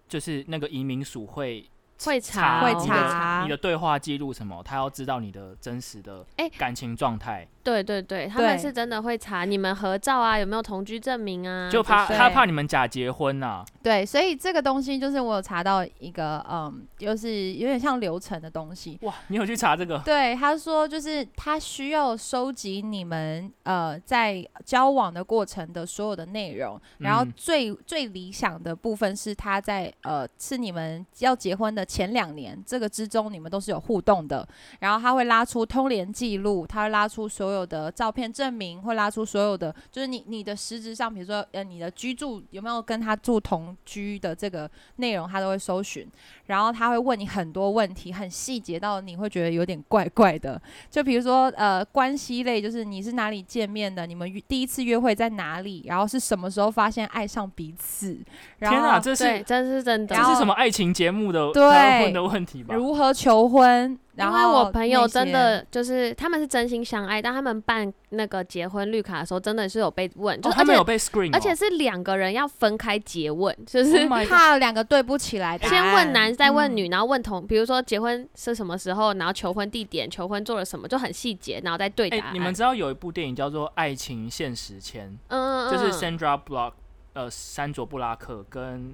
Speaker 3: 就是那个移民署会
Speaker 2: 会查
Speaker 1: 会
Speaker 2: 哦
Speaker 3: 你的
Speaker 1: 查
Speaker 3: 哎啊你的对话记录什么，他要知道你的真实的
Speaker 2: 哎
Speaker 3: 感情状态，
Speaker 2: 对对对，他们
Speaker 1: 对
Speaker 2: 是真的会查你们合照啊，有没有同居证明啊？
Speaker 3: 就怕
Speaker 1: 对
Speaker 3: 他怕你们假结婚啊呐。
Speaker 1: 对，所以这个东西就是我有查到一个，嗯，就是有点像流程的东西。
Speaker 3: 哇，你有去查这个？
Speaker 1: 对，他说就是他需要收集你们呃在交往的过程的所有的内容，然后
Speaker 3: 嗯
Speaker 1: 最、最理想的部分是他在呃是你们要结婚的前两年这个之中，你们都是有互动的，然后他会拉出通联记录，他会拉出所有的照片证明，会拉出所有的就是你你的实质上，比如说呃你的居住有没有跟他住同居的这个内容，他都会搜寻。然后他会问你很多问题，很细节到你会觉得有点怪怪的。就比如说，呃，关系类就是你是哪里见面的，你们约第一次约会在哪里，然后是什么时候发现爱上彼此，然后
Speaker 3: 天啊，这
Speaker 2: 对，
Speaker 3: 是
Speaker 2: 真是真的
Speaker 3: 这
Speaker 1: 然。后
Speaker 3: 是什么爱情节目的
Speaker 1: 对
Speaker 3: 才会问的问题吧？
Speaker 1: 如何求婚。然
Speaker 2: 因
Speaker 1: 后
Speaker 2: 为我朋友
Speaker 1: 那些
Speaker 2: 真的就是他们是真心相爱，但他们办那个结婚绿卡的时候，真的是有被问，就而
Speaker 3: 哦，他们
Speaker 2: 且
Speaker 3: 有被 screen，哦
Speaker 2: 而且是两个人要分开结问，就
Speaker 3: Oh
Speaker 2: 是
Speaker 3: my god
Speaker 1: 怕两个对不起来答案，
Speaker 2: 先问男，再问
Speaker 1: 嗯
Speaker 2: 女，然后问同，比如说结婚是什么时候，然后求婚地点、求婚做了什么，就很细节，然后再对
Speaker 3: 哎、
Speaker 2: 答案。
Speaker 3: 你们知道有一部电影叫做《爱情现实签
Speaker 2: 嗯，嗯》，嗯，
Speaker 3: 就是 Sandra Block，呃，山卓布拉克跟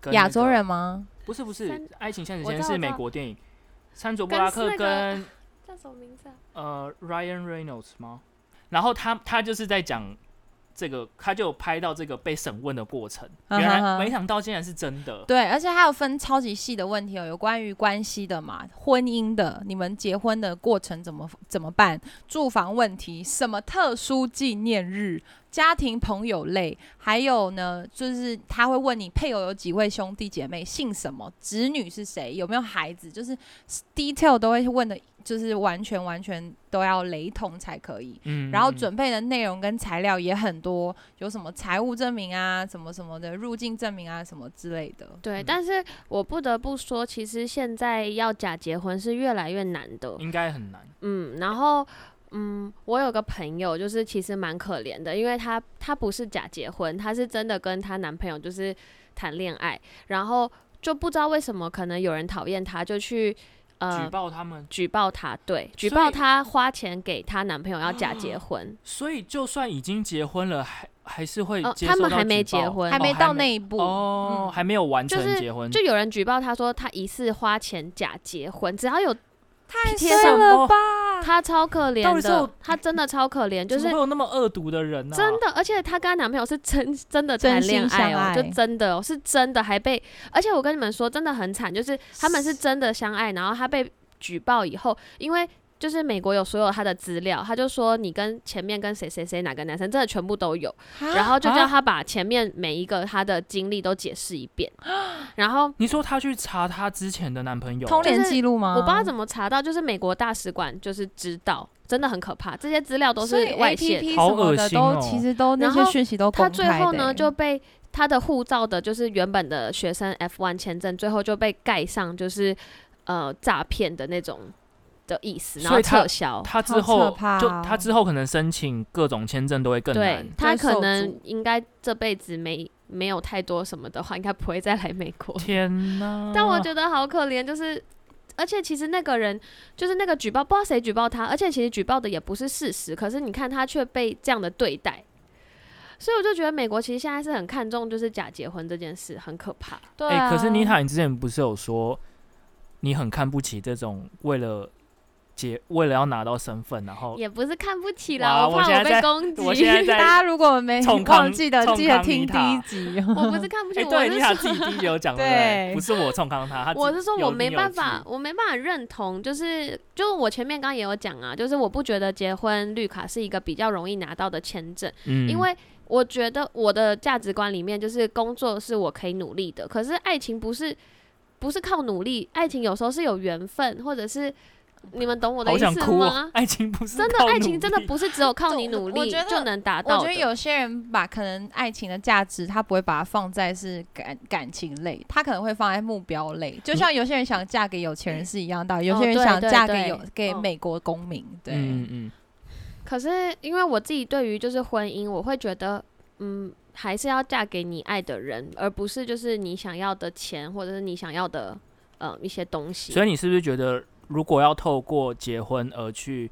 Speaker 3: 跟
Speaker 1: 亚
Speaker 3: 那个
Speaker 1: 洲人吗？
Speaker 3: 不是不是，
Speaker 2: 山
Speaker 3: 《爱情现实
Speaker 2: 我
Speaker 3: 签
Speaker 2: 知》道
Speaker 3: 是
Speaker 2: 我知
Speaker 3: 美
Speaker 2: 道
Speaker 3: 国电影，山卓布拉克
Speaker 2: 跟是那
Speaker 3: 跟
Speaker 2: 个叫什么名字啊？
Speaker 3: 呃 Ryan Reynolds 吗？然后他他就是在讲这个，他就有拍到这个被审问的过程，
Speaker 1: 啊哈哈
Speaker 2: 嗯
Speaker 3: 原来没想到竟然是真的。
Speaker 1: 对，而且还有分超级细的问题哦，有关于关系的嘛，婚姻的，你们结婚的过程怎么怎么办？住房问题，什么特殊纪念日，家庭朋友类，还有呢，就是他会问你配偶有几位兄弟姐妹，姓什么，子女是谁，有没有孩子，就是 detail 都会问的，就是完全完全都要雷同才可以。
Speaker 3: 嗯
Speaker 1: 然后
Speaker 3: 嗯
Speaker 1: 准备的内容跟材料也很多，有什么财务证明啊，什么什么的入境证明啊，什么之类的。
Speaker 2: 对，
Speaker 3: 嗯
Speaker 2: 但是我不得不说，其实现在要假结婚是越来越难的。
Speaker 3: 应该很难。
Speaker 2: 嗯，然后嗯，我有个朋友，就是其实蛮可怜的，因为她她不是假结婚，她是真的跟她男朋友就是谈恋爱，然后就不知道为什么，可能有人讨厌她，就去
Speaker 3: 举
Speaker 2: 呃。
Speaker 3: 报他们，
Speaker 2: 举报她，对，举
Speaker 3: 所
Speaker 2: 报
Speaker 3: 以哦
Speaker 2: 她花钱给她男朋友要假结婚，
Speaker 3: 所以就算已经结婚了，还还是会
Speaker 2: 哦
Speaker 3: 接
Speaker 2: 他
Speaker 3: 受
Speaker 2: 们
Speaker 3: 到
Speaker 2: 还没
Speaker 3: 举报
Speaker 2: 结婚
Speaker 1: 还
Speaker 3: 哦
Speaker 1: 没到那一步
Speaker 3: 哦，
Speaker 1: 嗯
Speaker 3: 还没有完成
Speaker 2: 就是
Speaker 3: 结婚，
Speaker 2: 就有人举报她说她疑似花钱假结婚，只要有
Speaker 1: 太
Speaker 2: 贴
Speaker 1: 衰
Speaker 2: 上
Speaker 1: 了
Speaker 3: 包
Speaker 1: 吧？
Speaker 2: 她超可
Speaker 3: 啊到底
Speaker 2: 怜
Speaker 3: 是
Speaker 2: 的
Speaker 3: 有，
Speaker 2: 她真的超可怜，就
Speaker 3: 怎
Speaker 2: 是
Speaker 3: 么会有那么恶毒的人呢、啊
Speaker 2: 真，的，而且她跟她男朋友是真真的谈
Speaker 1: 真心
Speaker 2: 恋爱
Speaker 1: 相
Speaker 2: 哦、
Speaker 1: 爱
Speaker 2: 就真的哦、是真的，还被，而且我跟你们说，真的很惨，就是他们是真的相爱，然后她被举报以后，因为就是美国有所有她的资料，她就说你跟前面跟谁谁谁哪个男生真的全部都有，然后就叫她把前面每一个她的经历都解释一遍，
Speaker 1: 啊
Speaker 2: 然后。
Speaker 3: 你说她去查她之前的男朋友，
Speaker 1: 通联
Speaker 2: 就是
Speaker 1: 记录吗？
Speaker 2: 我不知道怎
Speaker 1: 么
Speaker 2: 么查到，就是美国大使馆就是知道，真的很可怕，这些资料都是外泄的
Speaker 1: APP
Speaker 3: 好
Speaker 1: 什么
Speaker 3: 恶
Speaker 1: 的
Speaker 3: 心
Speaker 1: 都
Speaker 3: 哦
Speaker 1: 其实都那
Speaker 2: 然
Speaker 1: 些
Speaker 2: 后
Speaker 1: 讯息都公
Speaker 2: 他
Speaker 1: 开
Speaker 2: 最后
Speaker 1: 的
Speaker 2: 呢
Speaker 1: 欸
Speaker 2: 就被他的护照的，就是原本的学生 F one 签证，最后就被盖上就是呃诈骗的那种的意思，然
Speaker 3: 所
Speaker 2: 后
Speaker 3: 以他
Speaker 2: 撤销。
Speaker 3: 她之
Speaker 1: 好
Speaker 3: 后
Speaker 1: 可怕
Speaker 3: 就
Speaker 1: 哦
Speaker 3: 她之后可能申请各种签证都会更
Speaker 2: 对
Speaker 3: 难，
Speaker 2: 他
Speaker 1: 就
Speaker 2: 可
Speaker 1: 受
Speaker 2: 能
Speaker 1: 阻
Speaker 2: 应该这辈子没没有太多什么的话，应该不会再来美国。
Speaker 3: 天哪！
Speaker 2: 但我觉得好可怜，就是而且其实那个人就是那个举报，不知道谁举报他，而且其实举报的也不是事实，可是你看他却被这样的对待。所以我就觉得美国其实现在是很看重就是假结婚这件事，很可怕。
Speaker 1: 对、
Speaker 3: 哎、
Speaker 1: 啊
Speaker 3: 可是妮塔，你之前不是有说你很看不起这种为了结为了要拿到身份，然后
Speaker 2: 也不是看不起啦，
Speaker 3: 哇
Speaker 2: 我怕
Speaker 3: 我现在
Speaker 2: 被
Speaker 3: 在
Speaker 2: 攻击。
Speaker 3: 我现在
Speaker 1: 大
Speaker 3: 在
Speaker 1: 家如果没
Speaker 3: 冲康
Speaker 1: 忘记的
Speaker 3: 冲，康
Speaker 1: 记得听
Speaker 3: 妮
Speaker 1: 第
Speaker 3: 塔
Speaker 1: 一 集。 哦
Speaker 2: 我不是看不起，
Speaker 3: 哎、
Speaker 2: 我
Speaker 3: 对，
Speaker 2: 是
Speaker 3: 妮塔自己第一 集有讲对不对
Speaker 1: 对
Speaker 3: 不是我冲康他，他
Speaker 2: 我
Speaker 3: 自
Speaker 2: 是说
Speaker 3: 有
Speaker 2: 我没
Speaker 3: 理有
Speaker 2: 办
Speaker 3: 据
Speaker 2: 法，我没办法认同，就是就是我前面刚刚也有讲啊，就是我不觉得结婚绿卡是一个比较容易拿到的签证，
Speaker 3: 嗯，
Speaker 2: 因为我觉得我的价值观里面就是工作是我可以努力的，可是爱情不是不是靠努力，爱情有时候是有缘分，或者是你们懂我的
Speaker 3: 好
Speaker 2: 意
Speaker 3: 想
Speaker 2: 思
Speaker 3: 哭、
Speaker 2: 吗
Speaker 3: 哦，？ 爱情不是
Speaker 2: 真的，
Speaker 3: 靠
Speaker 2: 爱
Speaker 3: 努
Speaker 2: 情真的
Speaker 3: 力
Speaker 2: 不是只有 靠你
Speaker 1: 我
Speaker 2: 努
Speaker 1: 我
Speaker 2: 力
Speaker 1: 觉得
Speaker 2: 就能达
Speaker 1: 我
Speaker 2: 到
Speaker 1: 觉
Speaker 2: 的
Speaker 1: 得。有些人把可能爱情的价值，他不会把它放在是感感情类，他可能会放在目标类。就像有些人想嫁给有钱人是一样道理，有
Speaker 2: 哦
Speaker 1: 些人
Speaker 2: 对
Speaker 1: 想
Speaker 2: 对
Speaker 1: 嫁
Speaker 2: 对
Speaker 1: 给有给
Speaker 2: 嗯
Speaker 1: 美国公民，对。
Speaker 3: 嗯嗯，
Speaker 2: 可是因为我自己对于就是婚姻，我会觉得，嗯，还是要嫁给你爱的人，而不是就是你想要的钱或者是你想要的呃一些东西。
Speaker 3: 所以你是不是觉得，如果要透过结婚而去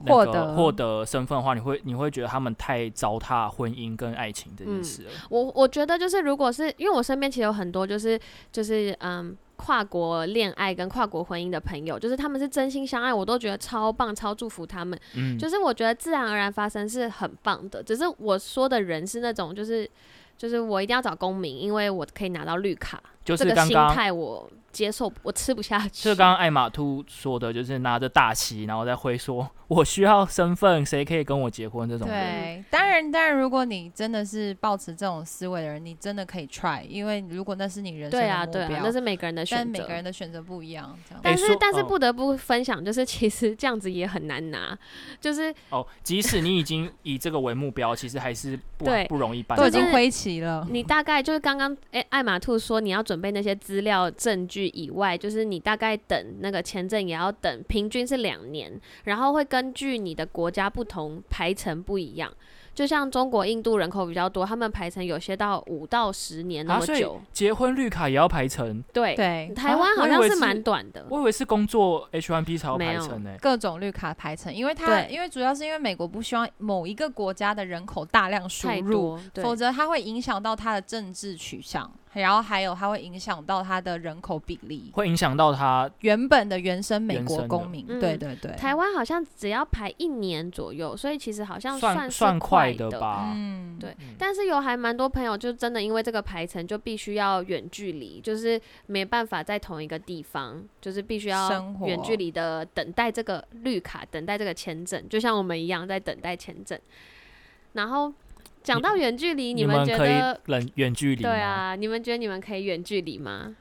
Speaker 3: 那
Speaker 1: 获
Speaker 3: 个
Speaker 1: 得
Speaker 3: 获得身份的话，你会你会觉得他们太糟蹋婚姻跟爱情这件
Speaker 2: 嗯
Speaker 3: 事了？
Speaker 2: 我我觉得就是如果是因为我身边其实有很多就是就是嗯。跨国恋爱跟跨国婚姻的朋友，就是他们是真心相爱，我都觉得超棒，超祝福他们。
Speaker 3: 嗯，
Speaker 2: 就是我觉得自然而然发生是很棒的，只是我说的人是那种就是就是我一定要找公民，因为我可以拿到绿卡，
Speaker 3: 就
Speaker 2: 这
Speaker 3: 是
Speaker 2: 个
Speaker 3: 刚
Speaker 2: 心
Speaker 3: 刚
Speaker 2: 态我接受，我吃不下去。
Speaker 3: 就是刚刚艾玛兔说的，就是拿着大旗，然后再挥说“我需要身份，谁可以跟我结婚”这种人。
Speaker 1: 对，当然，当然，如果你真的是抱持这种思维的人，你真的可以 try，因为如果那是你人生
Speaker 2: 对
Speaker 1: 的
Speaker 2: 啊，
Speaker 1: 目
Speaker 2: 对
Speaker 1: 标，
Speaker 2: 啊，那是每个人的
Speaker 1: 但
Speaker 2: 选
Speaker 1: 每
Speaker 2: 择
Speaker 1: 个。人的选择不一样，这样。
Speaker 2: 但
Speaker 3: 诶
Speaker 2: 是
Speaker 3: 说
Speaker 2: 但是
Speaker 3: 嗯
Speaker 2: 不得不分享，就是其实这样子也很难拿，就是
Speaker 3: 哦，即使你已经以这个为目标，其实还是不
Speaker 2: 对
Speaker 3: 不容易办
Speaker 1: 都
Speaker 3: 到
Speaker 1: 已
Speaker 2: 就
Speaker 1: 经
Speaker 2: 是
Speaker 1: 挥旗
Speaker 3: 哦
Speaker 1: 了，
Speaker 2: 你大概就是刚刚诶，艾玛兔说你要准备那些资料证据以外，就是你大概等那个签证也要等，平均是两年，然后会根据你的国家不同排程不一样。就像中国、印度人口比较多，他们排程有些到五到十年那
Speaker 3: 啊，
Speaker 2: 么
Speaker 3: 所以
Speaker 2: 久。
Speaker 3: 结婚绿卡也要排程。
Speaker 2: 对，
Speaker 1: 对，
Speaker 2: 台
Speaker 3: 啊
Speaker 2: 湾
Speaker 3: 我
Speaker 2: 好
Speaker 3: 以
Speaker 2: 像
Speaker 3: 为
Speaker 2: 是
Speaker 3: 是
Speaker 2: 蛮短的。
Speaker 3: 我以为是工作 H1B 才要
Speaker 2: 没
Speaker 3: 排
Speaker 2: 有
Speaker 3: 程呢、
Speaker 1: 各种绿卡排程，因为它
Speaker 2: 对
Speaker 1: 因为主要是因为美国不希望某一个国家的人口大量输
Speaker 2: 太
Speaker 1: 入，
Speaker 2: 多，对
Speaker 1: 否则它会影响到它的政治取向，然后还有它会影响到它的人口比例，
Speaker 3: 会影响到他
Speaker 1: 原本的原生美
Speaker 3: 原生
Speaker 1: 国
Speaker 3: 的
Speaker 1: 公民，
Speaker 2: 嗯
Speaker 1: 对对对，
Speaker 2: 台湾好像只要排一年左右，所以其实好像
Speaker 3: 算
Speaker 2: 是
Speaker 3: 算
Speaker 2: 快
Speaker 3: 的？吧？
Speaker 1: 嗯，
Speaker 2: 对
Speaker 3: 嗯
Speaker 2: 但是有还蛮多朋友就真的因为这个排程就必须要远距离，就是没办法在同一个地方，就是必须要
Speaker 1: 生活
Speaker 2: 远距离的等待这个绿卡，等待这个签证，就像我们一样在等待签证。然后讲到远距离，
Speaker 3: 你
Speaker 2: 们
Speaker 3: 们
Speaker 2: 觉
Speaker 3: 可以
Speaker 2: 得
Speaker 3: 冷远距离
Speaker 2: 对
Speaker 3: 吗？
Speaker 2: 啊？你们觉得你们可以远距离吗？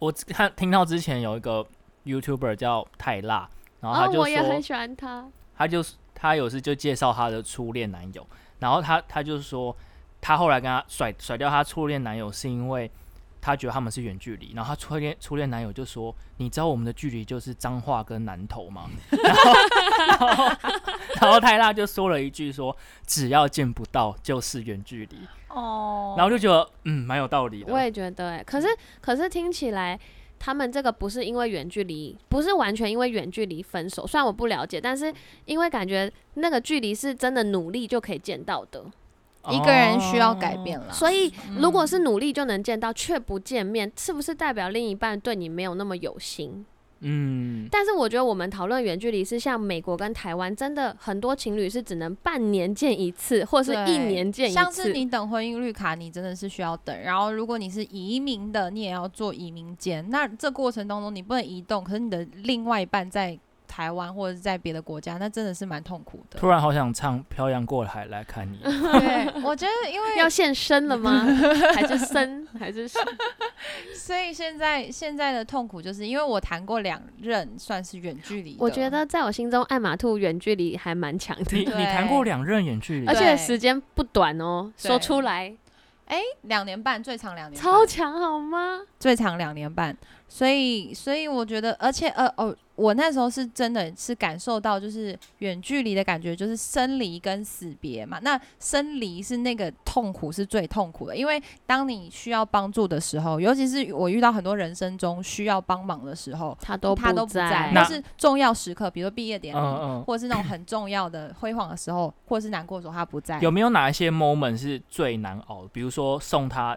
Speaker 3: 我只看听到之前有一个 YouTuber 叫泰辣，然后他
Speaker 2: 哦，
Speaker 3: 就
Speaker 2: 我也
Speaker 3: 说
Speaker 2: 很，喜欢他。
Speaker 3: 他就是他有时就介绍他的初恋男友，然后他他就说，他后来跟他甩甩掉他初恋男友是因为他觉得他们是远距离，然后他初恋初恋男友就说，你知道我们的距离就是彰化跟南投吗？ 然后然后然后泰辣就说了一句说，只要见不到就是远距离，
Speaker 1: 哦
Speaker 3: 然后我就觉得嗯蛮有道理的，
Speaker 2: 我也觉得、欸，可是可是听起来他们这个不是因为远距离，不是完全因为远距离分手。虽然我不了解，但是因为感觉那个距离是真的努力就可以见到的，
Speaker 3: 哦
Speaker 1: 一个人需要改变了，
Speaker 2: 所以如果是努力就能见到却不见面，是不是代表另一半对你没有那么有心？
Speaker 3: 嗯，
Speaker 2: 但是我觉得我们讨论远距离是像美国跟台湾，真的很多情侣是只能半年见一次，或是
Speaker 1: 对
Speaker 2: 一年见一次。
Speaker 1: 像是你等婚姻绿卡，你真的是需要等。然后，如果你是移民的，你也要做移民监。那这过程当中，你不能移动，可是你的另外一半在台湾或者是在别的国家，那真的是蛮痛苦的。
Speaker 3: 突然好想唱《漂洋过海来 看你》，
Speaker 1: 对，我觉得因为
Speaker 2: 要现身了吗？还是生？还是生？
Speaker 1: 所以现在现在的痛苦，就是因为我谈过两任，算是远距离的。
Speaker 2: 我觉得在我心中，爱马兔远距离还蛮强
Speaker 3: 你
Speaker 2: 的，
Speaker 3: 你谈过两任远距离
Speaker 2: 而
Speaker 1: 对，
Speaker 2: 且时间不短哦。
Speaker 1: 对
Speaker 2: 说出来，
Speaker 1: 哎，两年半最长两年半，
Speaker 2: 超强好吗？
Speaker 1: 最长两年半，所以所以我觉得，而且呃哦，我那时候是真的是感受到，就是远距离的感觉，就是生离跟死别嘛。那生离是那个痛苦是最痛苦的，因为当你需要帮助的时候，尤其是我遇到很多人生中需要帮忙的时候，
Speaker 2: 他都
Speaker 1: 他都
Speaker 2: 不嗯
Speaker 1: 不在，
Speaker 3: 那
Speaker 1: 或是重要时刻，比如说毕业典礼，
Speaker 3: 嗯
Speaker 1: 或者是那种很重要的辉煌的时候，或者是难过的时候，他不在
Speaker 3: 嗯，。有没有哪一些 moment 是最难熬的？比如说送他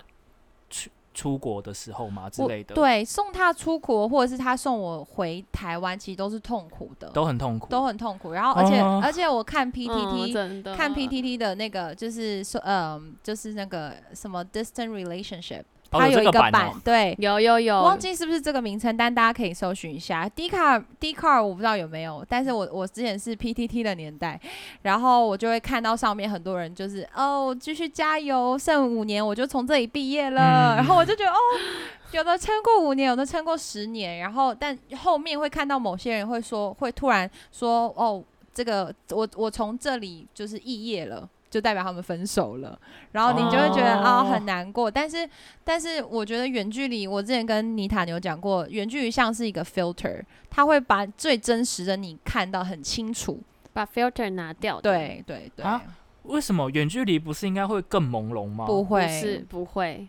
Speaker 3: 出出国的时候嘛之
Speaker 1: 我
Speaker 3: 类的，，
Speaker 1: 对，送他出国，或者是他送我回台湾，其实都是痛苦的，
Speaker 3: 都很痛苦。
Speaker 1: 都很痛苦。然后，而且、
Speaker 3: 哦
Speaker 1: 而且我看 PTT、
Speaker 2: 嗯真的
Speaker 1: 看 PTT 的那个，就是说，嗯，就是那个什么 distant relationship，
Speaker 3: 哦
Speaker 1: 它
Speaker 3: 有这
Speaker 1: 一
Speaker 3: 个
Speaker 1: 个
Speaker 3: 版哦
Speaker 1: 对。
Speaker 2: 有有有，
Speaker 1: 忘记是不是这个名称，但大家可以搜寻一下。d 卡 d 卡我不知道有没有，但是我我之前是 PTT 的年代，然后我就会看到上面很多人就是哦，继续加油，剩五年我就从这里毕业了。
Speaker 3: 嗯
Speaker 1: 然后我就觉得哦，有的撑过五年，有的撑过十年，然后但后面会看到某些人会说，会突然说哦，这个我我从这里就是肄业了。就代表他们分手了，然后你就会觉得啊、
Speaker 3: 哦
Speaker 1: 很难过。但是，但是我觉得远距离，我之前跟妮塔牛讲过，远距离像是一个 filter，它会把最真实的你看到很清楚。
Speaker 2: 把 filter 拿掉，，
Speaker 1: 对对对，
Speaker 3: 啊为什么远距离不是应该会更朦胧吗？
Speaker 1: 不
Speaker 2: 不
Speaker 1: 会
Speaker 2: 是不会，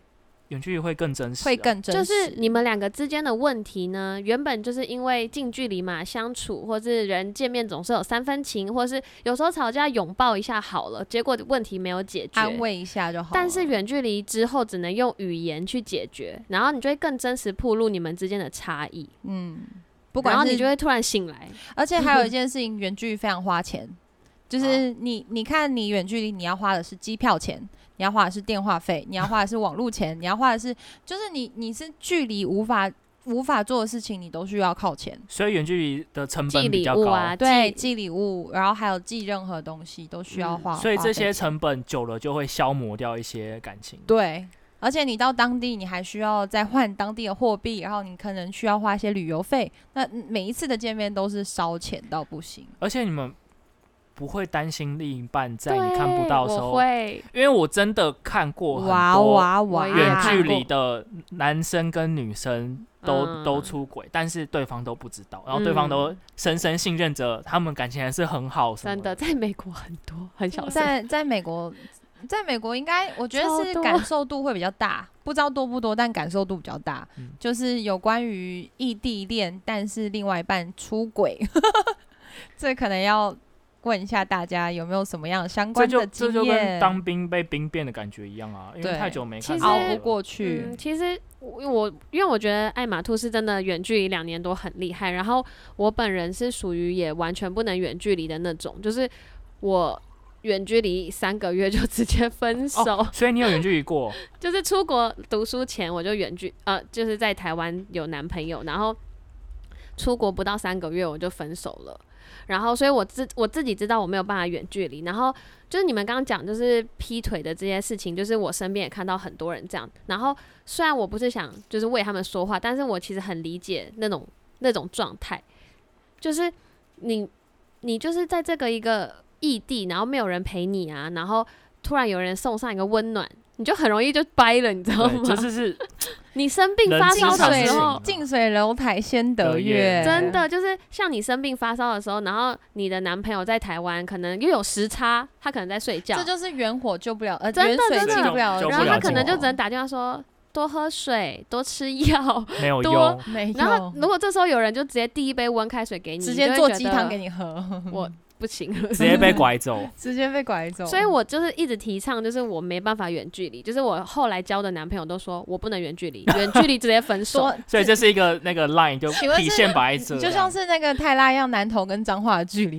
Speaker 3: 远距离会更真实、啊
Speaker 1: 会。更真
Speaker 2: 就
Speaker 1: 实，
Speaker 2: 是你们两个之间的问题呢，原本就是因为近距离嘛相处，或是人见面总是有三分情，或是有时候吵架拥抱一下好了，结果问题没有解决，
Speaker 1: 安慰一下就好了。
Speaker 2: 但是远距离之后只能用语言去解决，然后你就会更真实铺露你们之间的差异，
Speaker 1: 嗯，不
Speaker 2: 然后
Speaker 1: 管，
Speaker 2: 你就是会突然醒来，
Speaker 1: 而且
Speaker 3: 嗯
Speaker 1: 还有一件事情，远距离非常花钱，
Speaker 3: 啊
Speaker 1: 就是你你看你远距离你要花的是机票钱，你要花的是电话费，你要花的是网路钱，你要花的是就是你你是距离无法无法做的事情，你都需要靠钱。
Speaker 3: 所以远距离的成
Speaker 2: 寄
Speaker 3: 本比
Speaker 2: 礼
Speaker 3: 较
Speaker 2: 物
Speaker 3: 高，
Speaker 2: 啊，
Speaker 1: 对，
Speaker 2: 寄
Speaker 1: 寄礼物，然后还有寄任何东西都需要
Speaker 2: 嗯
Speaker 1: 花，
Speaker 3: 所以
Speaker 1: 花
Speaker 3: 这
Speaker 1: 费
Speaker 3: 些
Speaker 1: 钱
Speaker 3: 成本久了就会消磨掉一些感情。
Speaker 1: 对，而且你到当地，你还需要再换当地的货币，然后你可能需要花一些旅游费。那每一次的见面都是烧钱到不行。
Speaker 3: 而且你们不会担心另一半在
Speaker 2: 对
Speaker 3: 你看不到的时
Speaker 2: 我
Speaker 3: 候，
Speaker 2: 会
Speaker 3: 因为我真的看过很
Speaker 1: 哇
Speaker 3: 多
Speaker 1: 哇
Speaker 2: 我
Speaker 1: 哇！
Speaker 2: 也
Speaker 3: 远
Speaker 2: 看
Speaker 3: 距
Speaker 2: 过
Speaker 3: 离的男生跟女生都、
Speaker 2: 嗯
Speaker 3: 都出轨，但是对方都不知道，然后对方
Speaker 2: 嗯
Speaker 3: 都深深信任着他们感情还是很好什么
Speaker 2: 真的，在美国很多 很小声，
Speaker 1: 嗯在在美国，在美国应该我觉
Speaker 2: 超
Speaker 1: 得是
Speaker 2: 多
Speaker 1: 感受度会比较大，不知道多不多，但感受度比较大。
Speaker 3: 嗯
Speaker 1: 就是有关于异地恋，但是另外一半出轨， 这可能要问一下大家有没有什么样相
Speaker 3: 这
Speaker 1: 关
Speaker 3: 就
Speaker 1: 的
Speaker 3: 这
Speaker 1: 经
Speaker 3: 就跟
Speaker 1: 验，
Speaker 3: 当兵被兵变的感觉一样啊，因为
Speaker 1: 对
Speaker 3: 太久没
Speaker 2: 其
Speaker 3: 看
Speaker 2: 实
Speaker 3: 到
Speaker 1: 熬
Speaker 3: 了
Speaker 1: 不过去。
Speaker 2: 嗯，其实我我因为我觉得艾玛兔是真的远距离两年多很厉害，然后我本人是属于也完全不能远距离的那种，就是我远距离三个月就直接分手，
Speaker 3: 哦所以你有远距离过，
Speaker 2: 就是出国读书前我就远距，呃，就是在台湾有男朋友，然后出国不到三个月我就分手了。然后，所以我自我自己知道我没有办法远距离。然后就是你们刚刚讲，就是劈腿的这些事情，就是我身边也看到很多人这样。然后虽然我不是想就是为他们说话，但是我其实很理解那种那种状态，就是你你就是在这个一个异地，然后没有人陪你啊，然后突然有人送上一个温暖，你就很容易就掰了，你知道吗
Speaker 3: 对，？这就是
Speaker 2: 你生病
Speaker 3: 人
Speaker 2: 发
Speaker 3: 之
Speaker 2: 烧
Speaker 1: 近
Speaker 3: 常
Speaker 2: 的
Speaker 1: 水
Speaker 2: 时
Speaker 3: 情
Speaker 2: 候，
Speaker 1: 近水楼台先
Speaker 3: 得
Speaker 1: 得
Speaker 3: 月
Speaker 1: 月，
Speaker 2: 真的就是像你生病发烧的时候，然后你的男朋友在台湾，可能又有时差，他可能在睡觉
Speaker 1: 这，就是远火救不了，呃，
Speaker 2: 真的
Speaker 1: 远水
Speaker 2: 真的
Speaker 1: 救不了
Speaker 3: 救
Speaker 1: 近火，
Speaker 3: 不
Speaker 2: 然后
Speaker 3: 了
Speaker 2: 他可能
Speaker 3: 近
Speaker 2: 就只能打电话说多喝水、多吃药。
Speaker 3: 没有
Speaker 2: 多
Speaker 3: 用。
Speaker 1: 没
Speaker 2: 然后
Speaker 1: 有，
Speaker 2: 如果这时候有人就直接递一杯温开水给你，
Speaker 1: 直接做鸡
Speaker 2: 鸡
Speaker 1: 汤给
Speaker 2: 你
Speaker 1: 你喝，。
Speaker 2: 就会觉得，我不行了，
Speaker 3: 直接被拐走
Speaker 1: 直接被拐走。
Speaker 2: 所以我就是一直提倡，就是我没办法远距离，就是我后来交的男朋友都说我不能远距离，远距离直接分手。
Speaker 1: 说，
Speaker 3: 所以这是一个那个 line 就
Speaker 1: 请问是
Speaker 3: 底线白这样，
Speaker 1: 就像是那个泰拉一样，南投跟彰化的距离。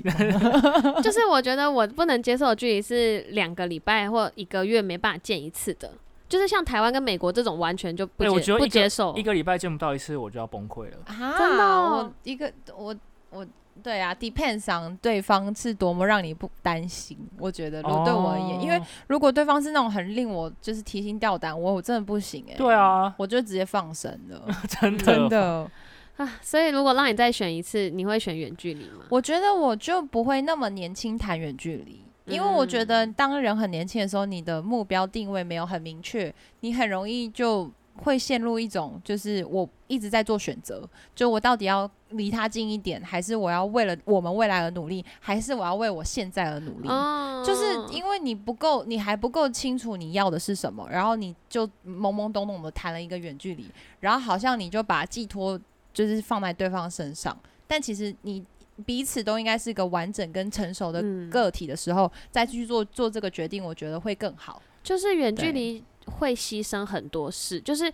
Speaker 2: 就是我觉得我不能接受的距离是两个礼拜或一个月没办法见一次的，就是像台湾跟美国这种完全就不
Speaker 3: 哎对我
Speaker 2: 接、
Speaker 3: 觉得
Speaker 2: 不
Speaker 3: 一个
Speaker 2: 接受
Speaker 3: 一。个礼拜见不到一次，我就要崩溃了。
Speaker 1: 啊
Speaker 2: 真的哦
Speaker 1: 我一个我我对啊，depends on 对方是多么让你不担心。我觉得，如果对我而言，因为
Speaker 3: 哦
Speaker 1: 如果对方是那种很令我就是提心吊胆，我我真的不行哎、
Speaker 3: 对，啊，
Speaker 1: 我就直接放生了，
Speaker 3: 真的
Speaker 1: 真的。
Speaker 2: 啊，所以如果让你再选一次，你会选远距离吗？
Speaker 1: 我觉得我就不会那么年轻谈远距离，
Speaker 2: 嗯
Speaker 1: 因为我觉得当人很年轻的时候，你的目标定位没有很明确，你很容易就会陷入一种就是我一直在做选择，就我到底要离他近一点，还是我要为了我们未来而努力，还是我要为我现在而努力？
Speaker 2: 哦
Speaker 1: 就是因为你不够，你还不够清楚你要的是什么，然后你就懵懵懂懂的谈了一个远距离，然后好像你就把寄托就是放在对方身上，但其实你彼此都应该是一个完整跟成熟的
Speaker 2: 嗯
Speaker 1: 个体的时候，再去做做这个决定，我觉得会更好。
Speaker 2: 就是远距
Speaker 1: 对
Speaker 2: 离会牺牲很多事，就是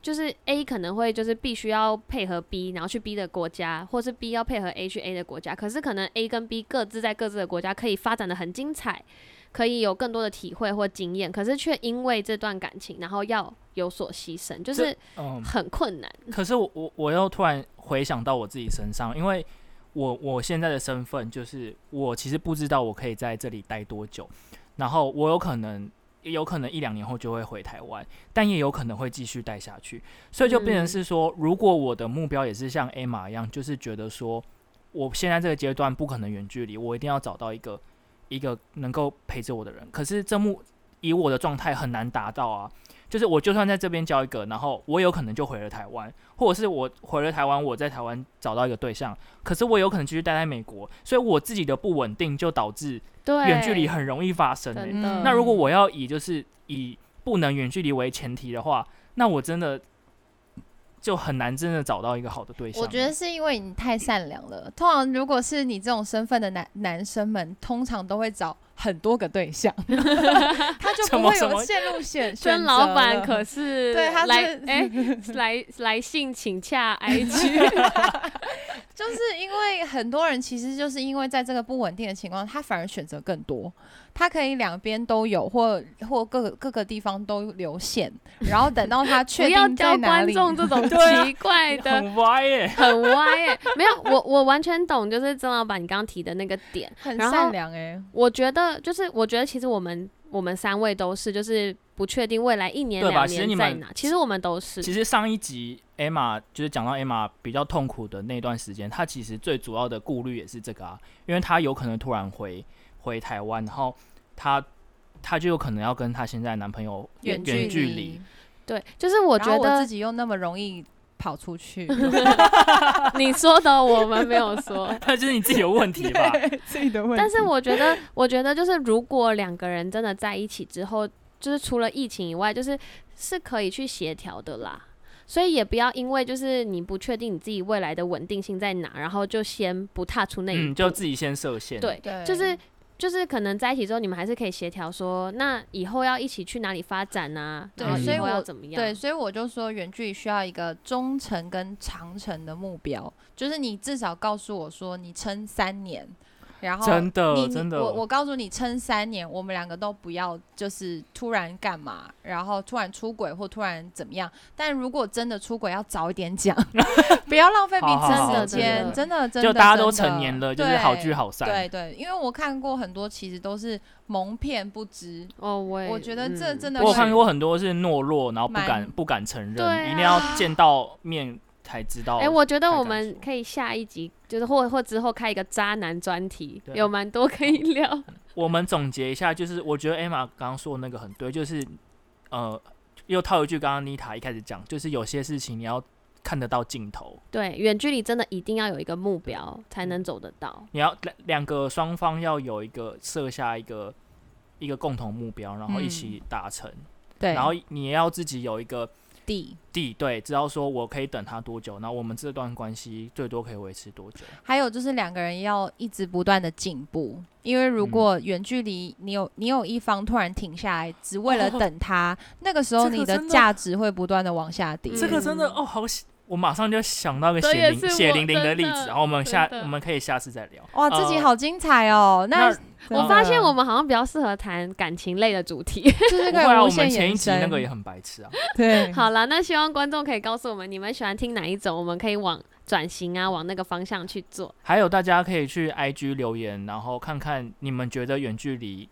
Speaker 2: 就是 A 可能会就是必须要配合 B，然后去 B 的国家，或是 B 要配合 A 去 A 的国家。可是可能 A 跟 B 各自在各自的国家可以发展的很精彩，可以有更多的体会或经验，可是却因为这段感情，然后要有所牺牲，就是
Speaker 3: 嗯，
Speaker 2: 很困难。
Speaker 3: 可是我我我又突然回想到我自己身上，因为我我现在的身份就是我其实不知道我可以在这里待多久，然后我有可能也有可能一两年后就会回台湾，但也有可能会继续待下去，所以就变成
Speaker 2: 嗯
Speaker 3: 是说，如果我的目标也是像 Emma 一样，就是觉得说我现在这个阶段不可能远距离，我一定要找到一个一个能够陪着我的人，可是这目以我的状态很难达到啊。就是我就算在这边交一个，然后我有可能就回了台湾，或者是我回了台湾，我在台湾找到一个对象，可是我有可能继续待在美国，所以我自己的不稳定就导致
Speaker 2: 对，
Speaker 3: 远距离很容易发生、欸
Speaker 1: 嗯
Speaker 2: 真。的。
Speaker 3: 那如果我要以就是以不能远距离为前提的话，那我真的就很难真的找到一个好的对象。欸
Speaker 1: 我觉得是因为你太善良了。通常如果是你这种身份的男男生们，通常都会找很多个对象， 他就
Speaker 3: 怎
Speaker 1: 不
Speaker 3: 么
Speaker 1: 会
Speaker 3: 怎
Speaker 1: 有
Speaker 3: 么
Speaker 1: 陷入 选选
Speaker 2: 孙
Speaker 1: 择
Speaker 2: 老板
Speaker 1: 了
Speaker 2: 可是
Speaker 1: 对他是
Speaker 2: 来哎、来来信 请洽 IG，
Speaker 1: 就是因为很多人其实就是因为在这个不稳定的情况，他反而选择更多，他可以两边都有，或或各个各个地方都留线，然后等到他确
Speaker 2: 不要
Speaker 1: 定
Speaker 2: 教
Speaker 1: 在哪
Speaker 2: 观
Speaker 1: 里，
Speaker 2: 众这 种
Speaker 3: 啊
Speaker 2: 奇怪的
Speaker 3: 很歪欸耶、
Speaker 2: 很歪哎、没有，我我完全懂，就是曾老板你刚刚提的那个点，
Speaker 1: 很
Speaker 2: 然后
Speaker 1: 善良哎、
Speaker 2: 我觉得就是我觉得其实我们我们三位都是，就是不确定未来一年
Speaker 3: 对吧
Speaker 2: 两
Speaker 3: 其实你
Speaker 2: 年
Speaker 3: 们
Speaker 2: 在哪，其实我们都是
Speaker 3: 其实上一集 Emma 就是讲到 Emma 比较痛苦的那段时间，她其实最主要的顾虑也是这个啊，因为她有可能突然回回台湾，然后她她就有可能要跟她现在的男朋友
Speaker 1: 远
Speaker 3: 距
Speaker 1: 距
Speaker 3: 离，，
Speaker 2: 对，就是我
Speaker 1: 我
Speaker 2: 觉
Speaker 1: 我
Speaker 2: 得
Speaker 1: 自己又那么容易跑出去，
Speaker 2: 你说的我们没有 说，
Speaker 3: 那就是 你自己有问 题 吧？
Speaker 1: 自己的问
Speaker 2: 但是我觉得，我觉得就是如果两个人真的在一起之后，就是除了疫情以外，就是是可以去协调的啦。所以也不要因为就是你不确定你自己未来的稳定性在哪，然后就先不踏出那一步。
Speaker 3: 嗯，就自己先设限。
Speaker 2: 对，
Speaker 1: 对
Speaker 2: 就是就是可能在一起之后，你们还是可以协调说，那以后要一起去哪里发展啊？
Speaker 1: 对
Speaker 2: 然后
Speaker 3: 所以
Speaker 2: 以后
Speaker 1: 我
Speaker 2: 要怎么样？
Speaker 1: 对，，所以我就说远距离需要一个中程跟长程的目标，就是你至少告诉我说你撑三年，然后
Speaker 3: 真的
Speaker 1: 你你
Speaker 3: 真的
Speaker 1: 我我告诉你撑三年，我们两个都不要就是突然干嘛，然后突然出轨或突然怎么样。但如果真的出轨，要早一点讲， 不要浪费彼
Speaker 3: 好
Speaker 1: 此
Speaker 3: 好好
Speaker 1: 时间，
Speaker 2: 真
Speaker 1: 真的真的
Speaker 3: 就大家
Speaker 1: 真
Speaker 3: 都
Speaker 1: 的
Speaker 3: 成年了，就是好聚
Speaker 1: 对
Speaker 3: 好散。
Speaker 1: 对对，因为我看过很多，其实都是蒙骗不知。
Speaker 2: 哦，我也
Speaker 1: 我觉得这真的
Speaker 3: 我有
Speaker 1: 是
Speaker 3: 看过很多是懦弱，然后不
Speaker 1: 蛮
Speaker 3: 敢不敢承
Speaker 2: 对啊
Speaker 3: 认，一定要见到面才知道。
Speaker 2: 哎、我觉得
Speaker 3: 太
Speaker 2: 我
Speaker 3: 敢
Speaker 2: 们
Speaker 3: 说
Speaker 2: 可以下一集，就是或或之后开一个渣男专题，
Speaker 3: 对
Speaker 2: 有蛮多可以聊。
Speaker 3: 我们总结一下，就是我觉得 Emma 刚刚说的那个很对，就是呃，又套一句刚刚妮塔一开始讲，就是有些事情你要看得到尽头，
Speaker 2: 对，远距离真的一定要有一个目标才
Speaker 1: 嗯
Speaker 2: 能走得到。
Speaker 3: 你要两两个双方要有一个设下一个一个共同目标，然后一起
Speaker 2: 嗯
Speaker 3: 达成，
Speaker 1: 对，
Speaker 3: 然后你也要自己有一个
Speaker 1: 底
Speaker 3: 地，对，知道说我可以等他多久，那我们这段关系最多可以维持多久？
Speaker 1: 还有就是两个人要一直不断的进步，因为如
Speaker 3: 嗯
Speaker 1: 果远距离你有你有一方突然停下来，只为了等 他，那个时候
Speaker 3: 哦这个
Speaker 1: 你的
Speaker 3: 真的
Speaker 1: 价值会不断的往下跌。
Speaker 3: 这个真的
Speaker 2: 嗯
Speaker 3: 哦，好喜，我马上就想到一个
Speaker 2: 这
Speaker 3: 血
Speaker 2: 也
Speaker 3: 淋
Speaker 2: 是
Speaker 3: 血
Speaker 2: 我
Speaker 3: 淋淋的
Speaker 2: 真
Speaker 3: 例
Speaker 2: 的
Speaker 3: 子，然后我们下
Speaker 2: 真的
Speaker 3: 我们可以下次再聊。
Speaker 1: 哇，自己
Speaker 3: 呃
Speaker 1: 好精彩哦！那
Speaker 2: 我发
Speaker 1: 嗯
Speaker 2: 现我们好像比较适合谈感情类的主题。
Speaker 1: 就是
Speaker 3: 不
Speaker 1: 可
Speaker 3: 会啊，
Speaker 1: 以无
Speaker 3: 我们
Speaker 1: 限
Speaker 3: 前一
Speaker 1: 延
Speaker 3: 集
Speaker 1: 伸。
Speaker 3: 那个也很白痴啊。
Speaker 1: 对，
Speaker 2: 好了，那希望观众可以告诉我们你们喜欢听哪一种，我们可以往转型啊，往那个方向去做。
Speaker 3: 还有大家可以去 IG 留言，然后看看你们觉得远距离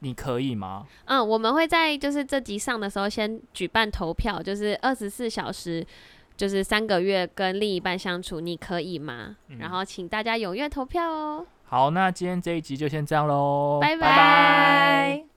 Speaker 3: 你可以吗？
Speaker 2: 嗯，我们会在就是这集上的时候先举办投票，就是二十四小时，就是三个月跟另一半相处，你可以吗？
Speaker 3: 嗯
Speaker 2: 然后请大家踊跃投票哦。
Speaker 3: 好，那今天这一集就先这样喽，
Speaker 2: 拜
Speaker 3: 拜
Speaker 2: 拜
Speaker 1: 拜。